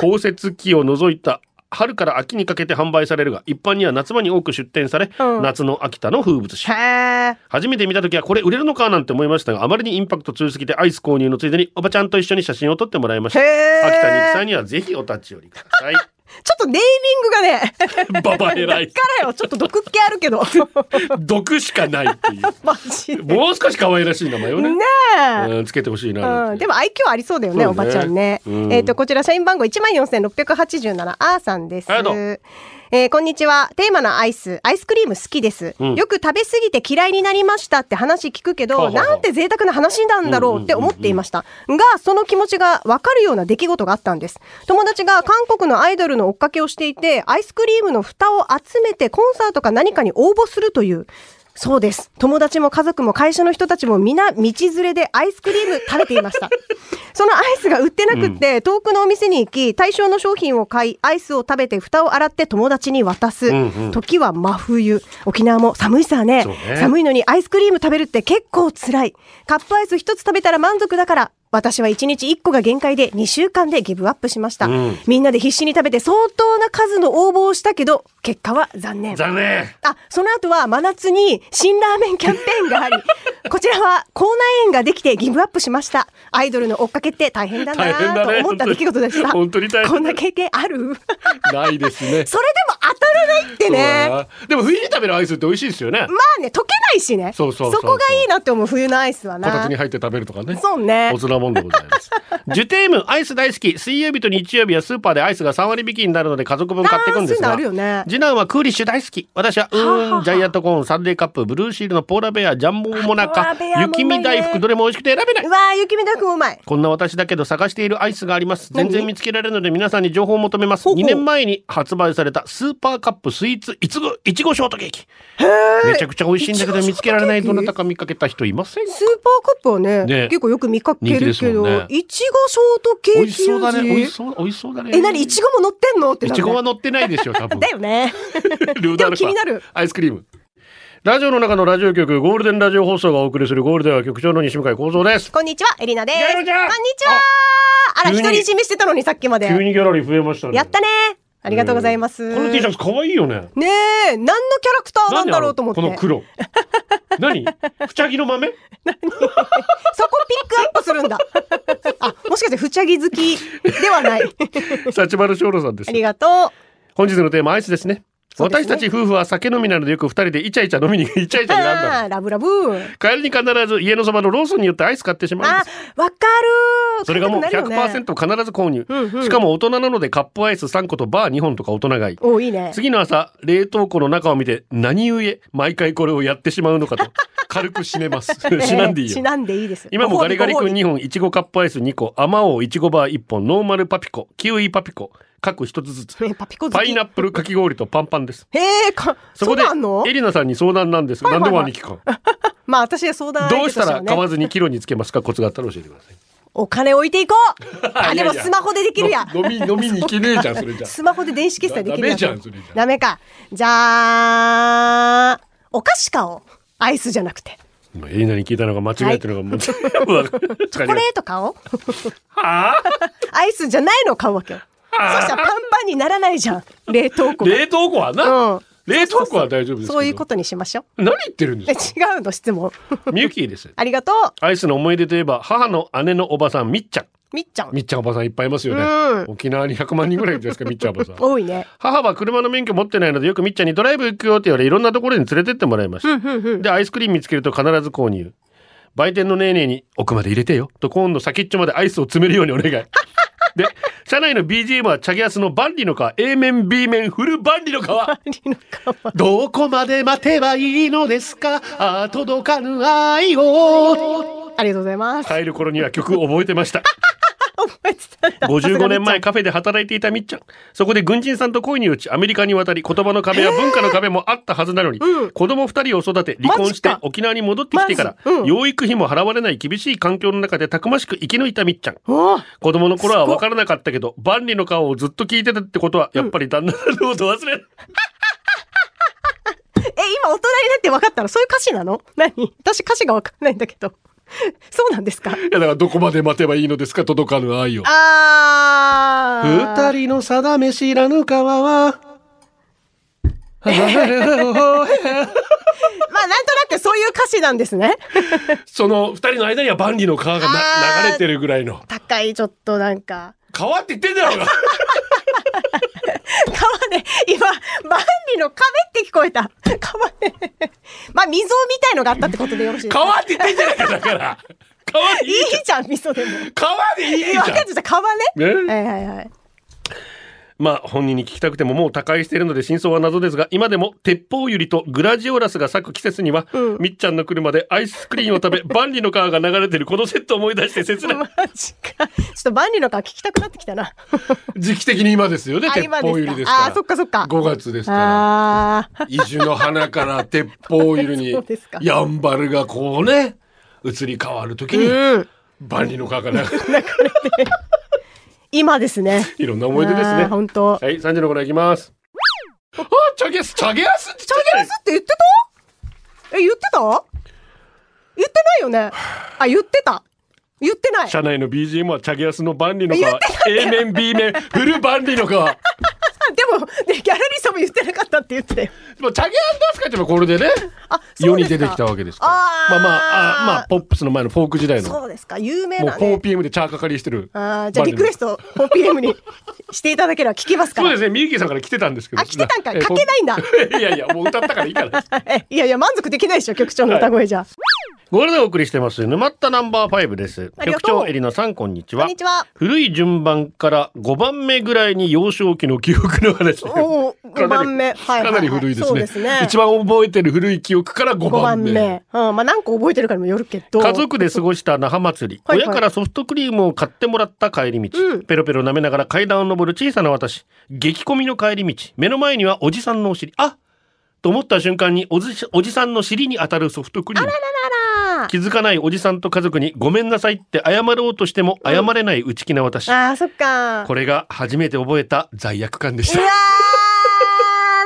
[SPEAKER 1] 降雪機を除いた春から秋にかけて販売されるが一般には夏場に多く出店され、
[SPEAKER 2] うん
[SPEAKER 1] 夏の秋田の風物詩
[SPEAKER 2] へえ。
[SPEAKER 1] 初めて見た時はこれ売れるのかなんて思いましたがあまりにインパクト強すぎてアイス購入のついでにおばちゃんと一緒に写真を撮ってもらいました
[SPEAKER 2] へー
[SPEAKER 1] 秋田に行く際にはぜひお立ち寄りくださ
[SPEAKER 2] [LAUGHS]
[SPEAKER 1] い
[SPEAKER 2] ちょっとネーミングがね、
[SPEAKER 3] ババ偉
[SPEAKER 2] [LAUGHS]
[SPEAKER 3] い。
[SPEAKER 2] からよ、ちょっと毒っ気ある
[SPEAKER 1] [LAUGHS]
[SPEAKER 2] けど。
[SPEAKER 3] 毒しかないっていう。
[SPEAKER 2] マジで。ね
[SPEAKER 1] もう少し可愛らしい名前をね
[SPEAKER 2] え。
[SPEAKER 1] うんつけてほしいななんて
[SPEAKER 2] うん、でも愛嬌ありそうだよね、
[SPEAKER 1] そうね
[SPEAKER 2] おばちゃんね。
[SPEAKER 1] うん
[SPEAKER 2] えっ、と、こちら社員番号14,687、あーさんです。
[SPEAKER 1] ありがとう
[SPEAKER 2] えーこんにちは。テーマのアイス、アイスクリーム好きです。
[SPEAKER 1] うん
[SPEAKER 2] よく食べ過ぎて嫌いになりましたって話聞くけど、
[SPEAKER 1] はあはあ
[SPEAKER 2] なんて贅沢な話なんだろうって思っていました。が、その気持ちがわかるような出来事があったんです。友達が韓国のアイドルの追っかけをしていて、アイスクリームの蓋を集めてコンサートか何かに応募するという、そうです。友達も家族も会社の人たちも皆道連れでアイスクリーム食べていました。 [LAUGHS] そのアイスが売ってなくって、遠くのお店に行き、対象の商品を買い、アイスを食べて蓋を洗って友達に渡す。
[SPEAKER 1] うんうん
[SPEAKER 2] 時は真冬。沖縄も寒いさね
[SPEAKER 1] そうね
[SPEAKER 2] 寒いのにアイスクリーム食べるって結構辛い。カップアイス一つ食べたら満足だから。私は1日1個が限界で2週間でギブアップしました、
[SPEAKER 1] うん
[SPEAKER 2] みんなで必死に食べて相当な数の応募をしたけど、結果は残念。
[SPEAKER 1] 残念
[SPEAKER 2] あ、その後は真夏に新ラーメンキャンペーンがあ
[SPEAKER 1] [LAUGHS]
[SPEAKER 2] り、こちらは口内炎ができてギブアップしました。アイドルの追っかけって大変だ
[SPEAKER 1] 大変だ
[SPEAKER 2] な
[SPEAKER 1] ね
[SPEAKER 2] と思った出来事でした。
[SPEAKER 1] 本当に大変だ
[SPEAKER 2] こんな経験ある [LAUGHS] それでも
[SPEAKER 3] ないですね。
[SPEAKER 2] 当たらないってね。
[SPEAKER 1] そう
[SPEAKER 2] ま
[SPEAKER 1] だなでも冬に食べるアイスって美味しいですよね。
[SPEAKER 2] あね、溶けないしね。
[SPEAKER 1] そうそうそうそう
[SPEAKER 2] こがいいなって思う冬のアイスは
[SPEAKER 3] こたつ
[SPEAKER 2] な
[SPEAKER 3] に。入って食べるとかね。
[SPEAKER 2] そうね
[SPEAKER 1] お。つなもんでござい
[SPEAKER 2] [LAUGHS]
[SPEAKER 1] ます。ジュテームアイス大好き。水曜日と日曜日はスーパーでアイスが3割引きになるので家族分買ってくんです
[SPEAKER 2] あー
[SPEAKER 1] が。
[SPEAKER 2] そういうのあるよね
[SPEAKER 1] 次男はクーリッシュ大好き。私はうーん、ジャイアントコーン、サンデーカップ、ブルーシールのポーラベア、ジャンボモナ
[SPEAKER 2] あ
[SPEAKER 1] カ
[SPEAKER 2] ポーラベ、アもうま
[SPEAKER 1] 雪
[SPEAKER 2] いね
[SPEAKER 1] 見大福、どれも美味しくて選べな
[SPEAKER 2] う
[SPEAKER 1] い。
[SPEAKER 2] わー、雪見だくんうまい。
[SPEAKER 1] こんな私だけど探しているアイスがあります。全然
[SPEAKER 2] 何
[SPEAKER 1] 見つけられるので皆さんに情報を求めます。
[SPEAKER 2] ほうほう
[SPEAKER 1] 2年前に発売されたスーパーカップスイーツいちご、いちごショートケーキ。めちゃくちゃ美味しいんだけど見つけられないどなたか見かけた人いませんか
[SPEAKER 2] スーパーカップはね、
[SPEAKER 1] ね
[SPEAKER 2] 結構よく見かけ
[SPEAKER 1] 人気で
[SPEAKER 2] る
[SPEAKER 1] すも
[SPEAKER 2] け
[SPEAKER 1] ん
[SPEAKER 2] ど、
[SPEAKER 1] ね
[SPEAKER 2] いちごショートケーキ
[SPEAKER 1] 美味しそうだね。
[SPEAKER 2] 味
[SPEAKER 1] 美味しそう、美味しそうだね。
[SPEAKER 2] え、なに、いちごも乗ってんのって
[SPEAKER 1] い
[SPEAKER 2] な
[SPEAKER 1] ち
[SPEAKER 2] るね
[SPEAKER 1] ごは乗ってないでしょ、
[SPEAKER 2] [LAUGHS]
[SPEAKER 1] 多分。
[SPEAKER 2] だよね。
[SPEAKER 1] [LAUGHS] ルーダ
[SPEAKER 2] でも
[SPEAKER 1] ル
[SPEAKER 2] 気になる。
[SPEAKER 1] アイスクリーム。ラジオの中のラジオ局、ゴールデンラジオ放送がお送りするゴールデンは局長の西向井幸三です。
[SPEAKER 2] こんにちは、エリナです。
[SPEAKER 1] やい
[SPEAKER 2] こ
[SPEAKER 1] の
[SPEAKER 2] んに
[SPEAKER 1] ち
[SPEAKER 2] ち
[SPEAKER 1] ゃん
[SPEAKER 2] はあら、
[SPEAKER 1] 急に
[SPEAKER 2] 独り占めしてたのにさっきまで。
[SPEAKER 1] 急にギャラリー増えましたね。
[SPEAKER 2] やったねありがとうございます。
[SPEAKER 1] この T シャツ可愛いよね。
[SPEAKER 2] ねえ、何のキャラクターなんだろうと思って。
[SPEAKER 1] 何あのこ
[SPEAKER 2] [LAUGHS]
[SPEAKER 1] の黒。何ふちゃぎの豆
[SPEAKER 2] そこピックアップする
[SPEAKER 1] [LAUGHS]
[SPEAKER 2] んだ。あ、もしかして、ふちゃぎ好きではない。
[SPEAKER 1] 幸丸翔郎さんです
[SPEAKER 2] あ。りがと
[SPEAKER 1] 本日のテーマ、アイスですね。
[SPEAKER 2] そうですね
[SPEAKER 1] 私たち夫婦は酒飲みなのでよく二人でイチャイチャ飲みに、イチャイチャになんだろ
[SPEAKER 2] う。
[SPEAKER 1] う。
[SPEAKER 2] あーラブラブ。
[SPEAKER 1] 帰りに必ず家のそばのローソンによってアイス買ってしまうんです
[SPEAKER 2] あ。、わかる。
[SPEAKER 1] それがもう
[SPEAKER 2] 買いたくなるよね。
[SPEAKER 1] 100%必ず購入、
[SPEAKER 2] うんうん
[SPEAKER 1] しかも大人なのでカップアイス3個とバー2本とか大人買い
[SPEAKER 2] お、いいね。
[SPEAKER 1] 次の朝冷凍庫の中を見て何故毎回これをやってしまうのか
[SPEAKER 2] [LAUGHS]
[SPEAKER 1] と軽く死ねます [LAUGHS] 死なんでいい
[SPEAKER 2] ええ死
[SPEAKER 1] よ
[SPEAKER 2] なんでいいです。
[SPEAKER 1] 今もガリガリ
[SPEAKER 2] ご褒
[SPEAKER 1] 君
[SPEAKER 2] 美。
[SPEAKER 1] 2本いちごカップアイス2個あまおういちごバー1本ノーマルパピコキウイパピコ各1つずつ
[SPEAKER 2] ご褒美えパピコ好き。
[SPEAKER 1] パイナップルかき氷とパンパンです
[SPEAKER 2] へえ、か、
[SPEAKER 1] そ
[SPEAKER 2] そ
[SPEAKER 1] こ
[SPEAKER 2] う
[SPEAKER 1] で
[SPEAKER 2] なんの
[SPEAKER 1] エリナさんに相談なんですが、
[SPEAKER 2] はいはいはい
[SPEAKER 1] なんで兄貴か
[SPEAKER 2] [LAUGHS] まあ、私は相談相
[SPEAKER 1] どう
[SPEAKER 2] 手
[SPEAKER 1] した
[SPEAKER 2] と
[SPEAKER 1] ら
[SPEAKER 2] はね
[SPEAKER 1] 買わずにキロにつけますかコツがあったら教えてください
[SPEAKER 2] お金置いていこう
[SPEAKER 1] [LAUGHS]
[SPEAKER 2] あ、
[SPEAKER 1] いや
[SPEAKER 2] で
[SPEAKER 1] いや
[SPEAKER 2] もスマホでできるや。
[SPEAKER 3] 飲み、飲みに行けねえじゃん、それじ
[SPEAKER 2] [LAUGHS]
[SPEAKER 3] ゃ。
[SPEAKER 2] スマホで電子決済できる
[SPEAKER 3] ダ
[SPEAKER 2] や
[SPEAKER 3] メじゃんそれじゃ
[SPEAKER 2] ダメか。じゃあ、お菓子買おう。アイスじゃなくて。
[SPEAKER 1] もうエリナに聞いたのが間違えてるのがもう、 [LAUGHS] わかる
[SPEAKER 2] チョコレート買おう。
[SPEAKER 1] はあ
[SPEAKER 2] アイスじゃないの買うわけよ。そしたらパンパンにならないじゃん。冷凍庫が。
[SPEAKER 3] 冷凍庫はな。
[SPEAKER 2] うん。
[SPEAKER 3] 冷凍庫は大丈夫ですけど。
[SPEAKER 2] そういうことにしましょう。
[SPEAKER 3] 何言ってるん
[SPEAKER 2] え
[SPEAKER 3] ですか
[SPEAKER 2] 違うの質問。
[SPEAKER 1] ミユキーです。
[SPEAKER 2] ありがとう。
[SPEAKER 1] アイスの思い出といえば、母の姉のおばさん、みっちゃん。
[SPEAKER 2] みっちゃん。
[SPEAKER 3] みっちゃんおばさんいっぱいいますよ
[SPEAKER 2] う
[SPEAKER 3] ね
[SPEAKER 2] ん。
[SPEAKER 3] 沖縄に100万人ぐらいいるじゃないですか、みっちゃんおばさん。
[SPEAKER 2] 多いね。
[SPEAKER 1] [LAUGHS] 母は車の免許持ってないので、よくみっちゃんにドライブ行くよって言われ、いろんなところに連れてってもらいました。で、アイスクリーム見つけると必ず購入。売店のネーネーに、奥まで入れてよ。と、コーンの先っちょまでアイスを詰めるようにお願い。で、車内の BGM は、チャゲアスの万里の川、A 面、B 面、フル万里の川。
[SPEAKER 2] リのかわ
[SPEAKER 1] どこまで待てばいいのですかあ届かぬ愛を
[SPEAKER 2] ありがとうございます。
[SPEAKER 1] 帰る頃には曲覚えてました
[SPEAKER 2] 覚えて [LAUGHS] たんだ
[SPEAKER 1] 55年前。カフェで働いていたみっちゃんそこで軍人さんと恋に落ちアメリカに渡り言葉の壁や文化の壁もあったはずなのに、子供2人を育て離婚し
[SPEAKER 2] マ
[SPEAKER 1] て
[SPEAKER 2] ジか
[SPEAKER 1] 沖縄に戻ってきてから、
[SPEAKER 2] マジうん
[SPEAKER 1] 養育費も払われない厳しい環境の中でたくましく生き抜いたみっちゃん
[SPEAKER 2] お
[SPEAKER 1] 子供の頃は分からなかったけど万里の顔をずっと聞いてたってことはやっぱり旦那さんのこと忘
[SPEAKER 2] [LAUGHS]
[SPEAKER 1] れない
[SPEAKER 2] え、今大人になって分かったのそういう歌詞なの何私歌詞が分かんないんだけど。そうなんですか
[SPEAKER 3] いやだからどこまで待てばいいのですか届かぬ愛を。
[SPEAKER 2] あ
[SPEAKER 1] 二人の定め知らぬ川は。
[SPEAKER 2] まあ、なんとなくそういう歌詞なんですね。 [LAUGHS]
[SPEAKER 3] その二人の間には万里の川がな
[SPEAKER 2] あー
[SPEAKER 3] 流れてるぐらいの。
[SPEAKER 2] 高い、ちょっとなんか。
[SPEAKER 3] 川って言ってんだろう
[SPEAKER 2] [LAUGHS]
[SPEAKER 3] が
[SPEAKER 2] 川で、今、万里の壁って聞こえた。川で。 [LAUGHS] まあ、溝みたいのがあったってことでよろしいですか
[SPEAKER 3] 川って言ってんじゃないかだから。川でい
[SPEAKER 2] い
[SPEAKER 3] い
[SPEAKER 2] い
[SPEAKER 3] じゃん。
[SPEAKER 2] じゃん、溝でも。
[SPEAKER 3] 川でいいじゃ
[SPEAKER 2] 分かっ
[SPEAKER 3] ん。
[SPEAKER 2] てた、川ね。
[SPEAKER 3] ね
[SPEAKER 2] はいはいはい。
[SPEAKER 1] まあ本人に聞きたくてももう他界しているので真相は謎ですが今でも鉄砲百合とグラジオラスが咲く季節には、
[SPEAKER 2] うん
[SPEAKER 1] みっちゃんの車でアイスクリーンを食べ万里の川が流れてるこのセットを思い出して切ない
[SPEAKER 2] マジか。ちょっと万里の川聞きたくなってきたな。
[SPEAKER 3] 時期的に今ですよね。
[SPEAKER 2] あ
[SPEAKER 3] 鉄
[SPEAKER 2] 今
[SPEAKER 3] 砲ゆりです
[SPEAKER 2] か。あ
[SPEAKER 3] か
[SPEAKER 2] ー、そっかそっ
[SPEAKER 3] ら。
[SPEAKER 2] か。
[SPEAKER 3] 5月ですから。
[SPEAKER 2] ああ。
[SPEAKER 3] 伊豆の花から鉄砲ゆりに
[SPEAKER 2] [LAUGHS] そうですか
[SPEAKER 3] やんばるがこうね移り変わるときに
[SPEAKER 2] うん。
[SPEAKER 3] 万里の川が流れて
[SPEAKER 2] 今ですね。
[SPEAKER 3] いろんな思い出ですね。
[SPEAKER 2] 本当。
[SPEAKER 1] はい3時の頃いきます
[SPEAKER 3] あチャゲスチャゲアスって
[SPEAKER 2] チャゲアスって言ってたえ、言ってた言ってないよね。あ、言ってた。言ってない。
[SPEAKER 1] 車内の BGM はチャゲアスの万里の川
[SPEAKER 2] 言ってた
[SPEAKER 1] A 面 B 面
[SPEAKER 3] フル万里の
[SPEAKER 2] [LAUGHS]
[SPEAKER 3] 川
[SPEAKER 2] あでも、ね、ギャラリーさんも言ってなかったって言ってたよ。
[SPEAKER 3] でもチャゲアンダスカってもこれでね
[SPEAKER 2] あ、そ
[SPEAKER 3] 世
[SPEAKER 2] うで
[SPEAKER 3] に
[SPEAKER 2] すか
[SPEAKER 3] 出てきたわけですから
[SPEAKER 2] あー
[SPEAKER 3] まあまああまあポップスの前のフォーク時代の
[SPEAKER 2] そうですか。有名
[SPEAKER 3] もう
[SPEAKER 2] なね。
[SPEAKER 3] 4PM でチャーかかりしてる
[SPEAKER 2] あーじゃあリクエスト、ポピ m にしていただければ聞きますか
[SPEAKER 1] そう
[SPEAKER 2] ら
[SPEAKER 1] で。すねミユキさんから来てたんですけど
[SPEAKER 2] あ来てたんか
[SPEAKER 1] えー
[SPEAKER 2] かけない
[SPEAKER 1] [LAUGHS]
[SPEAKER 2] んだ
[SPEAKER 1] いやいやもう歌ったからいいから
[SPEAKER 2] [LAUGHS] えいやいや、満足できないでしょ、局長の歌声じゃ。
[SPEAKER 1] ゴールでお送りしてます沼ったナンバー5です
[SPEAKER 2] ありが
[SPEAKER 1] 局
[SPEAKER 2] とう
[SPEAKER 1] 長エリナさんこんにち
[SPEAKER 2] こん
[SPEAKER 1] は
[SPEAKER 2] にちは。
[SPEAKER 1] 古い順番から5番目ぐらいに幼少期の記憶の話で
[SPEAKER 2] おお、
[SPEAKER 1] [LAUGHS] かなり
[SPEAKER 2] 5番目。はいは
[SPEAKER 3] か
[SPEAKER 2] は
[SPEAKER 3] なり古いです
[SPEAKER 2] そう
[SPEAKER 3] ね
[SPEAKER 2] ですね。
[SPEAKER 3] 一番覚えてる古い記憶から5
[SPEAKER 2] 5番
[SPEAKER 3] 番目
[SPEAKER 2] 目。うん、まあ何個覚えてるかにもよるけど。
[SPEAKER 1] 家族で過ごした那覇祭り、
[SPEAKER 2] はいはい
[SPEAKER 1] 親からソフトクリームを買ってもらった帰り道、
[SPEAKER 2] うん
[SPEAKER 1] ペロペロ舐めながら階段を上る小さな私激混みの帰り道目の前にはおじさんのお尻あと思った瞬間におじおじさんの尻に当たるソフトクリーム
[SPEAKER 2] あ
[SPEAKER 1] 気づかないおじさんと家族に「ごめんなさい」って謝ろうとしても謝れない内気な私、
[SPEAKER 2] らあー、そっか。
[SPEAKER 1] これが初めて覚えた罪悪感でし
[SPEAKER 2] い
[SPEAKER 1] た
[SPEAKER 2] や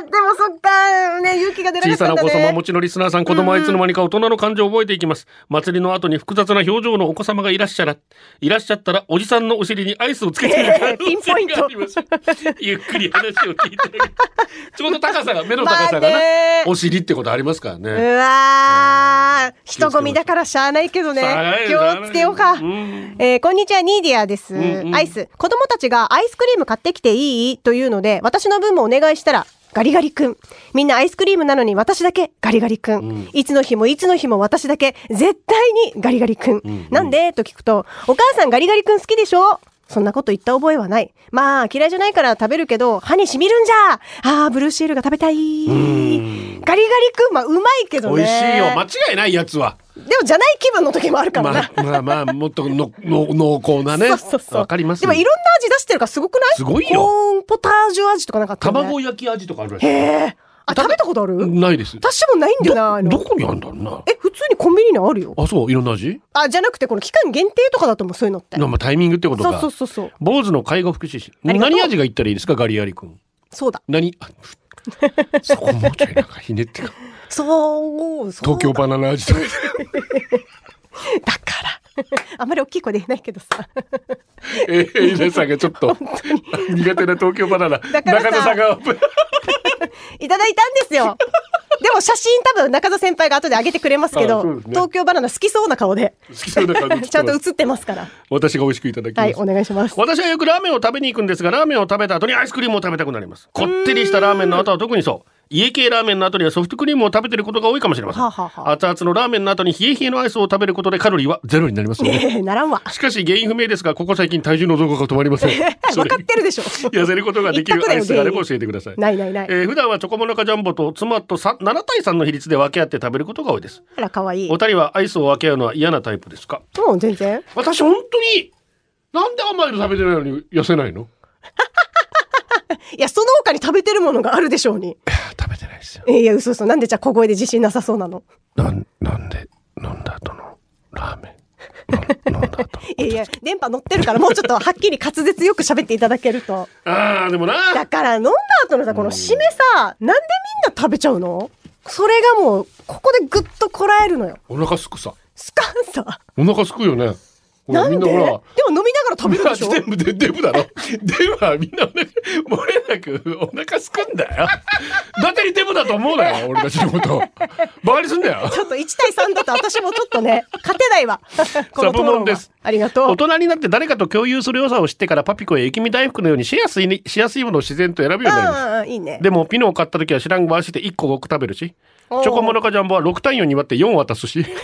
[SPEAKER 2] ー、でもそっか、ね、勇気が出なか
[SPEAKER 1] 小
[SPEAKER 2] っ
[SPEAKER 1] さ
[SPEAKER 2] たん
[SPEAKER 1] な
[SPEAKER 2] だ
[SPEAKER 1] お
[SPEAKER 2] ね。
[SPEAKER 1] 子様持ちのリスナーさん、子供はいつの間にか大人の感情を覚えていきます。祭りの後に複雑な表情のお子様がいらっしゃら、いらっしゃったら、おじさんのお尻にアイスをつけている可能性があります。 [LAUGHS] ゆっくり話を聞いてる。
[SPEAKER 2] [LAUGHS]
[SPEAKER 3] ちょうど高さが目の
[SPEAKER 2] ま
[SPEAKER 3] 高
[SPEAKER 2] あ
[SPEAKER 3] さがな、
[SPEAKER 2] ね
[SPEAKER 3] お尻ってことありますからね、
[SPEAKER 2] うわー、人混みだからしゃあないけどね
[SPEAKER 1] しゃあない。
[SPEAKER 2] 気
[SPEAKER 1] よ
[SPEAKER 2] をつけようか。
[SPEAKER 1] ん
[SPEAKER 2] えーこんにちは、ニーディアです、
[SPEAKER 1] んうん
[SPEAKER 2] アイス。子供たちがアイスクリーム買ってきていいというので、私の分もお願いしたら、ガリガリ君。みんなアイスクリームなのに私だけガリガリ君。いつの日もいつの日も私だけ絶対にガリガリ君。なんでと聞くと、お母さんガリガリ君好きでしょそんなこと言った覚えはない。まあ、嫌いじゃないから食べるけど、歯に染みるんじゃああ、ブルーシールが食べたい。ガリガリ君、まあ、うまいけどね。
[SPEAKER 3] 美味しいよ間違いないやつは
[SPEAKER 2] でも、じゃない気分の時もあるから
[SPEAKER 3] ま
[SPEAKER 2] な。
[SPEAKER 3] あまあまあもっとのの濃厚なね
[SPEAKER 2] [LAUGHS] そうそうそう
[SPEAKER 3] わかります
[SPEAKER 2] で
[SPEAKER 3] よ
[SPEAKER 2] もいろんな味出してるからすごくない
[SPEAKER 3] すごいよ
[SPEAKER 2] コーンポタージュ味とかなんかあったよね
[SPEAKER 3] 卵焼き味とかあるらしい
[SPEAKER 2] へえあ食べたことある
[SPEAKER 3] ないです
[SPEAKER 2] 私もないんだよなああいう
[SPEAKER 3] ど
[SPEAKER 2] の
[SPEAKER 3] どこにあるんだろうな
[SPEAKER 2] え普通にコンビニにあるよ
[SPEAKER 3] あそういろんな味
[SPEAKER 2] あじゃなくてこの期間限定とかだと思うそういうのって
[SPEAKER 3] なまあタイミングってこと
[SPEAKER 2] そ
[SPEAKER 3] か
[SPEAKER 2] うそうそうそう
[SPEAKER 1] 坊主の介護福祉士。
[SPEAKER 2] ありがとう
[SPEAKER 3] 何味が言ったらいいですかガリガリ君
[SPEAKER 2] そうだ
[SPEAKER 3] 何 [LAUGHS] あそこもうちょいなんかひねってか
[SPEAKER 2] そうそう
[SPEAKER 3] 東京バナナ味と
[SPEAKER 2] [LAUGHS]
[SPEAKER 3] か
[SPEAKER 2] だから [LAUGHS] あんまり大きい声で言えないけどさ
[SPEAKER 3] ええ皆さんがちょっと苦手な東京バナナ
[SPEAKER 2] だからさ
[SPEAKER 3] 中田さんが
[SPEAKER 2] いただいたんで
[SPEAKER 3] [LAUGHS]
[SPEAKER 2] すよでも写真多分中田先輩が後で上げてくれますけ
[SPEAKER 3] あ
[SPEAKER 2] ど、
[SPEAKER 3] そうですね
[SPEAKER 2] 東京バナナ好きそうな顔で
[SPEAKER 3] 好きそうな感じ
[SPEAKER 2] [LAUGHS] ちゃんと写ってますから
[SPEAKER 3] 私が美味しくいただきま
[SPEAKER 2] はい
[SPEAKER 3] す
[SPEAKER 2] お願いします
[SPEAKER 1] 私はよくラーメンを食べに行くんですが、ラーメンを食べた後にアイスクリームを食べたくなります。こってりしたラーメンの後は特にそう。家系ラーメンの後にはソフトクリームを食べてることが多いかもしれません。
[SPEAKER 2] はあはあはあ
[SPEAKER 1] 熱々のラーメンの後に冷え冷えのアイスを食べることでカロリーはゼロになりますので。
[SPEAKER 2] ええならんわ
[SPEAKER 1] しかし原因不明ですが、ここ最近体重の増加が止まりません。 [LAUGHS] そ
[SPEAKER 2] [LAUGHS] 分
[SPEAKER 1] れ
[SPEAKER 2] かってるでしょ
[SPEAKER 1] 痩せることができ
[SPEAKER 2] 一
[SPEAKER 1] る
[SPEAKER 2] 択
[SPEAKER 1] ア
[SPEAKER 2] だよ
[SPEAKER 1] イスがあれ
[SPEAKER 2] 原
[SPEAKER 1] ば
[SPEAKER 2] 因
[SPEAKER 1] 教えてください。
[SPEAKER 2] ないないない
[SPEAKER 1] えー普段はチョコモナカジャンボと妻とさ7対3の比率で分け合って食べることが多いです。
[SPEAKER 2] あら可愛い
[SPEAKER 1] お二人はアイスを分け合うのは嫌なタイプですか
[SPEAKER 2] もう全然
[SPEAKER 3] 私本当になんで甘いの食べてないのに痩せないの
[SPEAKER 2] いやその他に食べてるものがあるでしょうに
[SPEAKER 3] 食べてないですよ
[SPEAKER 2] えいや嘘嘘なんでじゃあ小声で自信なさそうなの
[SPEAKER 3] なんなんで飲んだ後のラーメン飲んだ後
[SPEAKER 2] いやいや電波乗ってるからもうちょっとはっきり滑舌よく喋っていただけると
[SPEAKER 1] [LAUGHS] ああ、でもな。
[SPEAKER 2] だから飲んだ後のさこの締めさなんでみんな食べちゃうのそれがもうここでぐっとこらえるのよ
[SPEAKER 3] お腹すくさ
[SPEAKER 2] スカンさ
[SPEAKER 3] お腹すくよねほら
[SPEAKER 2] なん
[SPEAKER 3] み
[SPEAKER 2] で
[SPEAKER 3] ん
[SPEAKER 2] で
[SPEAKER 3] な
[SPEAKER 2] も
[SPEAKER 3] ほ
[SPEAKER 2] 飲
[SPEAKER 3] ら
[SPEAKER 2] みながら食べるでし
[SPEAKER 1] [LAUGHS]
[SPEAKER 2] ょ
[SPEAKER 3] 全部でデブだろ。デブはみんなお腹、漏れなくお腹すくんだよ。だてにデブだと思うなよ、俺たちのこと。バカにすんだよ。
[SPEAKER 2] ちょっと1対3だと私もちょっとね、勝てないわ。この
[SPEAKER 1] サ
[SPEAKER 2] 討
[SPEAKER 1] ボ
[SPEAKER 2] 論
[SPEAKER 1] モ
[SPEAKER 2] は
[SPEAKER 1] ンです
[SPEAKER 2] ありがとう
[SPEAKER 1] 大。人になって誰かと共有する良さを知ってからパピコや雪見大福のようにシェアすいしやすいものを自然と選ぶようになりました
[SPEAKER 2] ああ、いいね。
[SPEAKER 1] でもピノを買った時は知らん回して1個多く食べるしチ
[SPEAKER 2] おー
[SPEAKER 1] ョコモナカジャンボは6対4に割って4渡すし [LAUGHS]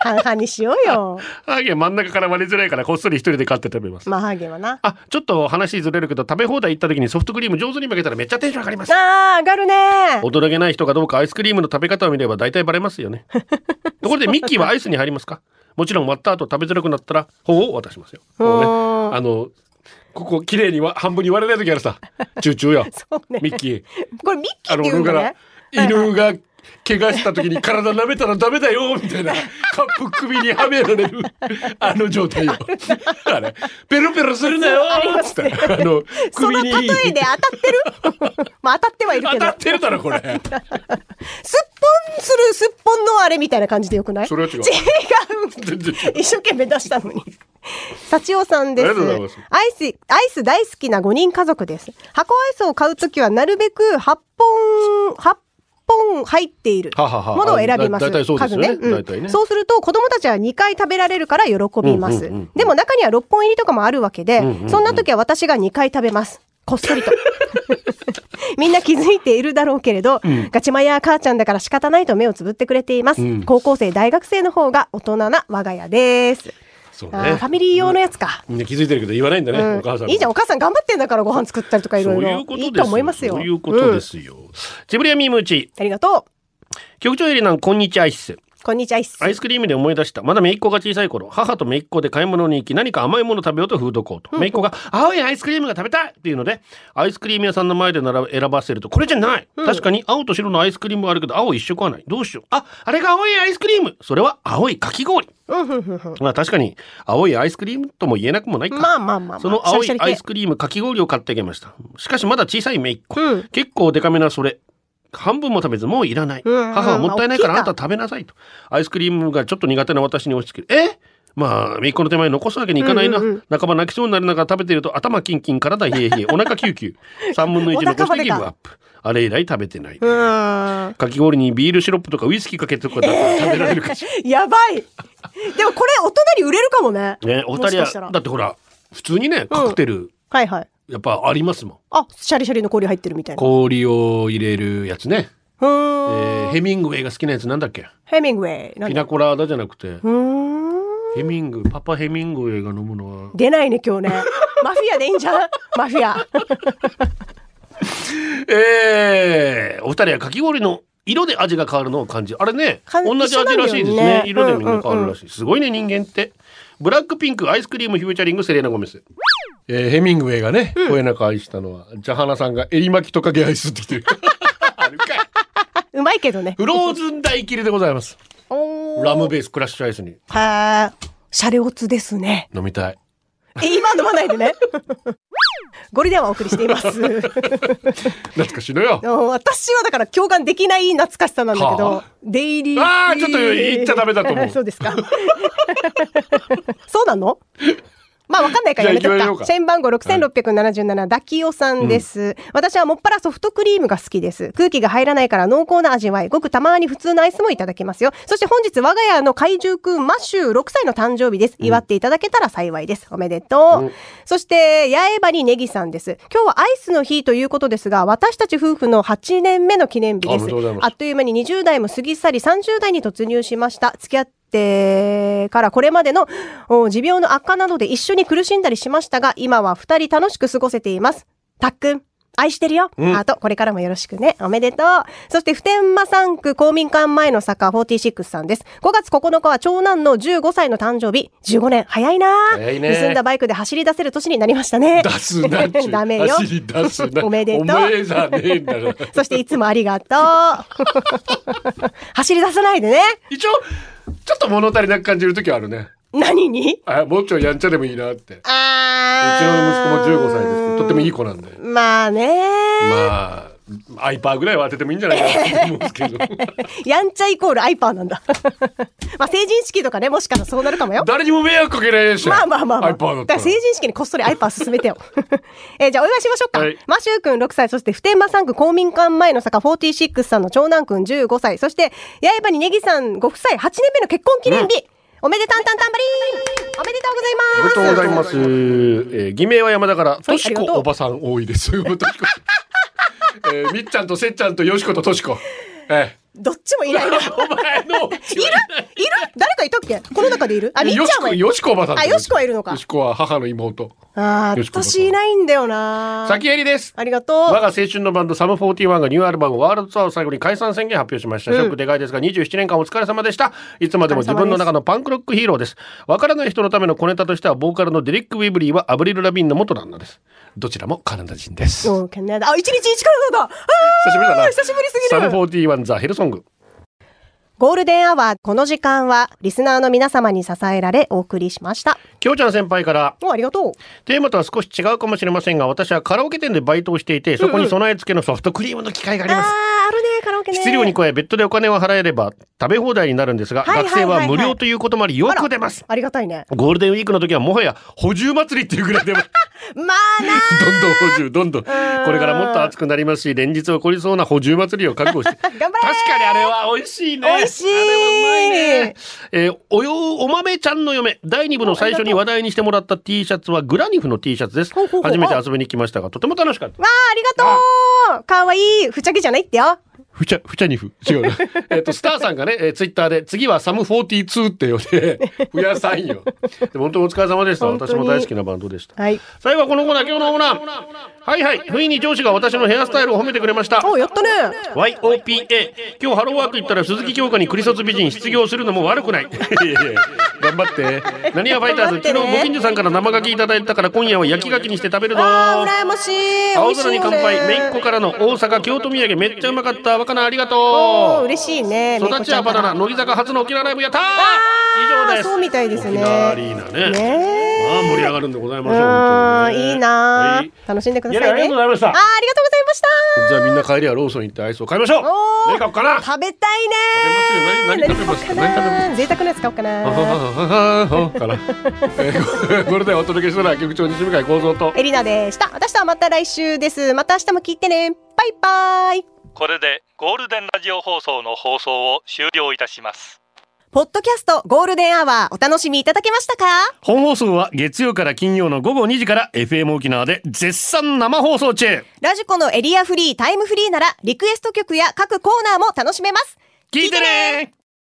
[SPEAKER 2] 半々にしようよ。
[SPEAKER 1] ハーゲン真ん中から割りづらいからこっそり一人で買って食べます、
[SPEAKER 2] まあ、ハーゲンはな。
[SPEAKER 1] あちょっと話ずれるけど食べ放題行った時にソフトクリーム上手に負けたらめっちゃテンション上がります
[SPEAKER 2] ああ、上がるね。
[SPEAKER 1] 驚けない人がどうかアイスクリームの食べ方を見れば大体バレますよ
[SPEAKER 2] [LAUGHS]
[SPEAKER 1] ねところでミッキーはアイスに入りますかもちろん割った後食べづらくなったら頬を渡しますよ
[SPEAKER 2] う
[SPEAKER 1] もう
[SPEAKER 2] ー
[SPEAKER 1] んねあのここ綺麗にわ半分に割れない時あるさチューチューや
[SPEAKER 2] [LAUGHS] そうね
[SPEAKER 1] ミッキー
[SPEAKER 2] これミッキー
[SPEAKER 3] あ
[SPEAKER 2] って
[SPEAKER 3] の、
[SPEAKER 2] 言う
[SPEAKER 3] だ
[SPEAKER 2] ん
[SPEAKER 3] か
[SPEAKER 2] だ
[SPEAKER 3] ら
[SPEAKER 2] ね。、
[SPEAKER 3] 犬が怪我した時に体舐めたらダメだよ、みたいな、カップ首にはめられる、あの状態よ。あれ、ペロペロするなよつって、あの、
[SPEAKER 2] [LAUGHS] その
[SPEAKER 3] 首
[SPEAKER 2] 例
[SPEAKER 3] に
[SPEAKER 2] えで当たってる [LAUGHS] まあ当たってはいる
[SPEAKER 3] 当
[SPEAKER 2] けど
[SPEAKER 3] た。ってるだろ、こ
[SPEAKER 2] [LAUGHS]
[SPEAKER 3] れ。
[SPEAKER 2] すっぽんするすっぽんのあれみたいな感じでよくない
[SPEAKER 1] それは違う
[SPEAKER 2] 違う
[SPEAKER 1] 全然違う
[SPEAKER 2] 一生懸命出したのに。幸男さんです
[SPEAKER 1] ありがとうございます
[SPEAKER 2] アイス、アイス大好きな5人家族です。箱アイスを買うときはなるべく8本、8本入っている
[SPEAKER 1] ははは
[SPEAKER 2] ものを選びます。
[SPEAKER 1] あだだいたいそうですよねだいた
[SPEAKER 2] 数
[SPEAKER 1] い
[SPEAKER 2] ねう
[SPEAKER 1] ね
[SPEAKER 2] ん。そうすると子供たちは2回食べられるから喜びます。
[SPEAKER 1] うんうんうん
[SPEAKER 2] でも中には6本入りとかもあるわけで、
[SPEAKER 1] んうんうん
[SPEAKER 2] そんな時は私が2回食べます。こっそりと。みんな気づいているだろうけれど、ガチマヤ母ちゃんだから仕方ないと目をつぶってくれています。高校生、大学生の方が大人な我が家です。
[SPEAKER 1] そう
[SPEAKER 2] あー
[SPEAKER 1] ね
[SPEAKER 2] ファミリー用のやつか。
[SPEAKER 1] みんな気づいてるけど言わないんだね、
[SPEAKER 2] うん
[SPEAKER 1] お母さん
[SPEAKER 2] いいじゃん、お母さん頑張ってんだからご飯作ったりとかい
[SPEAKER 1] そ
[SPEAKER 2] ろいう
[SPEAKER 1] い
[SPEAKER 2] ろ
[SPEAKER 1] う。ことです
[SPEAKER 2] いいと思いますよ。。
[SPEAKER 1] そういうことですすよ。ジブリアミームーチ、
[SPEAKER 2] ありがと
[SPEAKER 1] 局長エリナン、こんにちはアイス。
[SPEAKER 2] う。こんにちは、いっす
[SPEAKER 1] アイスクリームで思い出した。まだ姪っ子が小さい頃、母と姪っ子で買い物に行き、何か甘いものを食べようとフードコート。姪っ子が、青いアイスクリームが食べたいっていうので、アイスクリーム屋さんの前でなら選ばせると、これじゃない、確かに青と白のアイスクリームはあるけど、青一色はない。どうしよう。あ、あれが青いアイスクリームそれは青いかき氷。まあ確かに、青いアイスクリームとも言えなくもないか。
[SPEAKER 2] まあまあまあまあ。
[SPEAKER 1] その青い
[SPEAKER 2] シャリシャ
[SPEAKER 1] ア
[SPEAKER 2] リ
[SPEAKER 1] イ
[SPEAKER 2] 系
[SPEAKER 1] スクリームかき氷を買ってあげました。しかしまだ小さいめいっ子。
[SPEAKER 2] うん
[SPEAKER 1] 結構デカめなそれ。半分も食べずもういらない。
[SPEAKER 2] うんうん
[SPEAKER 1] 母はもったいないからあ
[SPEAKER 2] まあ
[SPEAKER 1] んた食べなさいと。アイスクリームがちょっと苦手な私に押し付ける。えまあ、めいっ子の手前に残すわけにいかないな。
[SPEAKER 2] うんうんうん
[SPEAKER 1] 半ば泣きそうになりながら食べていると頭キンキン、体冷
[SPEAKER 2] [LAUGHS]
[SPEAKER 1] え冷え、お腹キューキュー。3分の1残
[SPEAKER 2] お腹
[SPEAKER 1] し
[SPEAKER 2] ま
[SPEAKER 1] て
[SPEAKER 2] で
[SPEAKER 1] ギ
[SPEAKER 2] か
[SPEAKER 1] ブアップ。あれ以来食べてない。
[SPEAKER 2] うーん。
[SPEAKER 1] かき氷にビールシロップとかウイスキーかけてとかだったら食べられ
[SPEAKER 2] [LAUGHS]
[SPEAKER 1] るかしら。
[SPEAKER 2] やばい。でもこれ大人に売れるかもね。
[SPEAKER 1] ね、お二
[SPEAKER 2] もし
[SPEAKER 1] 人
[SPEAKER 2] かした
[SPEAKER 1] は、
[SPEAKER 2] ら
[SPEAKER 1] だってほら、普通にね、カクテル、
[SPEAKER 2] はいはい。
[SPEAKER 1] やっぱありますもん。
[SPEAKER 2] あ、シャリシャリの氷入ってるみたいな。
[SPEAKER 1] 氷を入れるやつね、
[SPEAKER 2] う
[SPEAKER 1] え
[SPEAKER 2] ーん。
[SPEAKER 1] ーヘミングウェイが好きなやつなんだっけ
[SPEAKER 2] ヘミングウェイ。なん
[SPEAKER 1] ピ
[SPEAKER 2] だ
[SPEAKER 1] ナコラーダじゃなくて、
[SPEAKER 2] うーん。
[SPEAKER 1] ヘミングパパヘミングウェイが飲むのは
[SPEAKER 2] 出ないね今日ねマフィアでいいんじゃんマフィア
[SPEAKER 1] えー、お二人はかき氷の色で味が変わるのを感じるあれね
[SPEAKER 2] か
[SPEAKER 1] 同じ味らしいですね
[SPEAKER 2] 一緒な
[SPEAKER 1] 色で
[SPEAKER 2] んだよね
[SPEAKER 1] みんな変わるらしい、すごいね人間ってブラックピンクアイスクリームフューチャリングセレーナ・ゴメス、えーヘミングウェイがねこよなく愛したのは、ジャハナさんがエリマキトカゲアイスって言ってるあるかいう
[SPEAKER 2] まいけどね
[SPEAKER 1] フローズン大切りでございます
[SPEAKER 2] おー
[SPEAKER 1] ラムベースクラッシュアイスに
[SPEAKER 2] はーシャレオツですね
[SPEAKER 1] 飲みたい
[SPEAKER 2] え今飲まないでねゴリラはお送りしています
[SPEAKER 1] [LAUGHS] 懐かしいのよ
[SPEAKER 2] 私はだから共感できない懐かしさなんだけど、
[SPEAKER 1] はあ
[SPEAKER 2] デイリー
[SPEAKER 1] あーちょっと言っちゃダメだと思う
[SPEAKER 2] [LAUGHS] そうですかそうなのまあわかんないからやめ
[SPEAKER 1] じ
[SPEAKER 2] と
[SPEAKER 1] ゃあ行きましょう
[SPEAKER 2] く
[SPEAKER 1] か
[SPEAKER 2] か。社員番号6677、ダキオさんです、私はもっぱらソフトクリームが好きです。空気が入らないから濃厚な味わい。ごくたまに普通のアイスもいただけますよ。そして本日我が家の怪獣くんマッシュ6歳の誕生日です。祝っていただけたら幸いです。おめでとう。そして、八重歯にネギさんです。今日はアイスの日ということですが、私たち夫婦の8年目の記念日です。
[SPEAKER 1] おめでとうございます
[SPEAKER 2] ああっという間に20代も過ぎ去り30代に突入しました。付き合ってからこれまでのお持病の悪化などで一緒に苦しんだりしましたが、今は二人楽しく過ごせています。たっくん。愛してるよ。あと、これからもよろしくね。おめでとう。そして、普天間産区公民館前の坂46さんです。5月9日は長男の15歳の誕生日。15年。早いな
[SPEAKER 1] 早いね
[SPEAKER 2] 盗んだバイクで走り出せる年になりましたね。
[SPEAKER 3] [LAUGHS] 出すなっちゅう。
[SPEAKER 2] [LAUGHS] ダメよ。
[SPEAKER 3] 走り出すな。
[SPEAKER 2] おめでとう
[SPEAKER 3] おめえじゃねえんだ [LAUGHS] から。
[SPEAKER 2] [LAUGHS] そしていつもありがとう。 [LAUGHS] 走り出さないでね。
[SPEAKER 1] 一応ちょっと物足りなく感じる時はあるね
[SPEAKER 2] 何に
[SPEAKER 1] あもうちょいやんちゃでもいいなってうちの息子
[SPEAKER 2] あ
[SPEAKER 1] も15歳ですけどとってもいい子なんで
[SPEAKER 2] まあね、
[SPEAKER 1] まあ
[SPEAKER 3] アイパーぐらいは当ててもいいんじゃないかなと思うんです
[SPEAKER 2] [LAUGHS]
[SPEAKER 3] けど
[SPEAKER 2] やんちゃイコールアイパーなんだ。まあ成人式とかね、もしかしたらそうなるかもよ。
[SPEAKER 3] 誰にも迷惑かけないし
[SPEAKER 2] まあまあまあ、まあ、
[SPEAKER 3] アイパーだ
[SPEAKER 2] だ
[SPEAKER 3] っ
[SPEAKER 2] か
[SPEAKER 3] た
[SPEAKER 2] ら成人式にこっそりアイパー進めてよ。えーじゃあお祝いしましょうか。
[SPEAKER 3] はい
[SPEAKER 2] マシュー君6歳、そして普天間産区公民館前の坂46さんの長男君15歳、そして刃にネギさんご夫妻8年目の結婚記念日。おめでたんたんたんばりーんおめでと
[SPEAKER 1] おめでとう
[SPEAKER 2] うご
[SPEAKER 1] ご
[SPEAKER 2] ざ
[SPEAKER 1] ざい
[SPEAKER 2] います。
[SPEAKER 1] ます。えー、偽名は山田から、
[SPEAKER 2] は
[SPEAKER 1] と
[SPEAKER 2] いあ
[SPEAKER 1] し
[SPEAKER 2] りが
[SPEAKER 1] こと
[SPEAKER 2] う
[SPEAKER 1] お
[SPEAKER 3] お
[SPEAKER 1] ば
[SPEAKER 3] ばさん多いです。 [LAUGHS] としこえーみっちゃんとせっちゃんとよしこととしこ。え
[SPEAKER 2] どっちもいないな。 [LAUGHS] いる
[SPEAKER 3] え、お前の。
[SPEAKER 2] いる誰かいたっけこの中でいるあ、みっち
[SPEAKER 3] よし
[SPEAKER 2] ゃん
[SPEAKER 3] こ、
[SPEAKER 2] はいる。
[SPEAKER 3] よしこおばさん。
[SPEAKER 2] あよしこはいるのか
[SPEAKER 3] よしこは母の妹。
[SPEAKER 2] あー、
[SPEAKER 3] よしこ
[SPEAKER 2] 私いないんだよな。
[SPEAKER 1] 先襟です。
[SPEAKER 2] ありがと
[SPEAKER 1] 我
[SPEAKER 2] う。
[SPEAKER 1] が青春のバンドサム41がニューアルバムワールドツアーを最後に解散宣言発表しました。ショックでかいですが27年間お疲れ様でした。いつまでも自分の中のパンクロックヒーローです。わからない人のための小ネタとしてはボーカルのデリック・ウィブリーはアブリル・ラビンの元旦那です。どちらもカナダ人です。久し
[SPEAKER 2] そう、ケンネだ。あ、一日一からだ。あ
[SPEAKER 1] ぶりだな。
[SPEAKER 2] ー、久しぶりすぎる。
[SPEAKER 1] サム41ザ・ヘルソング。
[SPEAKER 2] ゴールデンアワー、この時間は、リスナーの皆様に支えられ、お送りしました。
[SPEAKER 1] きょうちゃん先輩から
[SPEAKER 2] お、ありがとう。
[SPEAKER 1] テーマとは少し違うかもしれませんが私はカラオケ店でバイトをしていてそこに備え付けのソフトクリームの機械があります。
[SPEAKER 2] あるね、カラオケ
[SPEAKER 1] 質量に加え別途でお金を払えれば食べ放題になるんですが、
[SPEAKER 2] はいはいはいはい
[SPEAKER 1] 学生は無料ということもありよく出ます
[SPEAKER 2] ありがたいね。
[SPEAKER 1] ゴールデンウィークの時はもはや補充祭りっていうぐらい
[SPEAKER 2] [LAUGHS]
[SPEAKER 1] でどん
[SPEAKER 2] まあな。
[SPEAKER 1] どん補充どんどんこ
[SPEAKER 2] ーん
[SPEAKER 1] れからもっと暑くなりますし連日起こりそうな補充祭りを覚悟して確
[SPEAKER 2] [LAUGHS] 頑張れ
[SPEAKER 1] かにあれは美味しいね
[SPEAKER 2] 美味しい
[SPEAKER 1] あれはうまいね、えーおよお豆ちゃんの嫁第2部の最初に話題にしてもらった T シャツはグラニフの T シャツです
[SPEAKER 2] ほうほうほう
[SPEAKER 1] 初めて遊びに来ましたがとても楽しかった
[SPEAKER 2] わあ、ありがとう。かわいい。ふちゃけじゃないってよ。
[SPEAKER 1] ふちゃ、ふちゃにふ。違う [LAUGHS] な。えっと、スターさんがね、えーツイッターで、次はサム42って呼 [LAUGHS] んで、増やさんよ。でも本当お疲れ様でした。
[SPEAKER 2] 本当に
[SPEAKER 1] 私も大好きなバンドでした。
[SPEAKER 2] はい。
[SPEAKER 1] 最後はこのコーナー、今日のオーナー。はいはい。不意に上司が私のヘアスタイルを褒めてくれました。
[SPEAKER 2] お、やったね。
[SPEAKER 1] YOPA。今日ハローワーク行ったら鈴木京香にクリソツ美人失業するのも悪くない。いやいやいや頑張って。何やファイターズ、
[SPEAKER 2] 頑張ってね
[SPEAKER 1] 昨日ご近所さんから生ガキいただいたから今夜は焼きガキにして食べるぞ。
[SPEAKER 2] あー、羨ましい。
[SPEAKER 1] 青空に乾杯、
[SPEAKER 2] 美味しい
[SPEAKER 1] め
[SPEAKER 2] よ
[SPEAKER 1] い
[SPEAKER 2] ね
[SPEAKER 1] っ子からの大阪京都土産めっちゃうまかった。若菜ありがと
[SPEAKER 2] おー、
[SPEAKER 1] う。
[SPEAKER 2] 嬉しいね。めいっ
[SPEAKER 1] 育
[SPEAKER 2] 子
[SPEAKER 1] ちは
[SPEAKER 2] ゃんか
[SPEAKER 1] バ
[SPEAKER 2] ら
[SPEAKER 1] ナナ、乃木坂初の沖縄ライブやったー以上
[SPEAKER 2] あ
[SPEAKER 1] で
[SPEAKER 2] ー、
[SPEAKER 1] す。
[SPEAKER 2] そうみたいです
[SPEAKER 1] 沖
[SPEAKER 2] ね。
[SPEAKER 1] 縄アリーナね。
[SPEAKER 2] ねえ
[SPEAKER 1] まあ盛り上がるんでございましょう。
[SPEAKER 2] う
[SPEAKER 1] 本
[SPEAKER 2] ん、
[SPEAKER 1] 当にね
[SPEAKER 2] いいな
[SPEAKER 1] は
[SPEAKER 2] ー
[SPEAKER 1] い。
[SPEAKER 2] 楽しんでください
[SPEAKER 1] い
[SPEAKER 2] ね。
[SPEAKER 1] やいやありがとうございました
[SPEAKER 2] あー、ありがとうございました。
[SPEAKER 1] じゃあみんな帰りはローソン行ってアイスを買いましょう。
[SPEAKER 2] おー
[SPEAKER 1] 何買おうかな。
[SPEAKER 2] 食べたいね
[SPEAKER 1] 食べますよ何何食べます何食べ
[SPEAKER 2] 贅沢なやつ買おうかな
[SPEAKER 1] かな。えーここれでお届けしたのは局長西向井幸三と。
[SPEAKER 2] エリナでした私とはまた来週ですまた明日も聞いてねバイバイ
[SPEAKER 4] これでゴールデンラジオ放送の放送を終了いたします
[SPEAKER 2] ポッドキャストゴールデンアワーお楽しみいただけましたか
[SPEAKER 1] 本放送は月曜から金曜の午後2時から FM 沖縄で絶賛生放送中。
[SPEAKER 2] ラジコのエリアフリータイムフリーならリクエスト曲や各コーナーも楽しめます
[SPEAKER 1] 聞いてね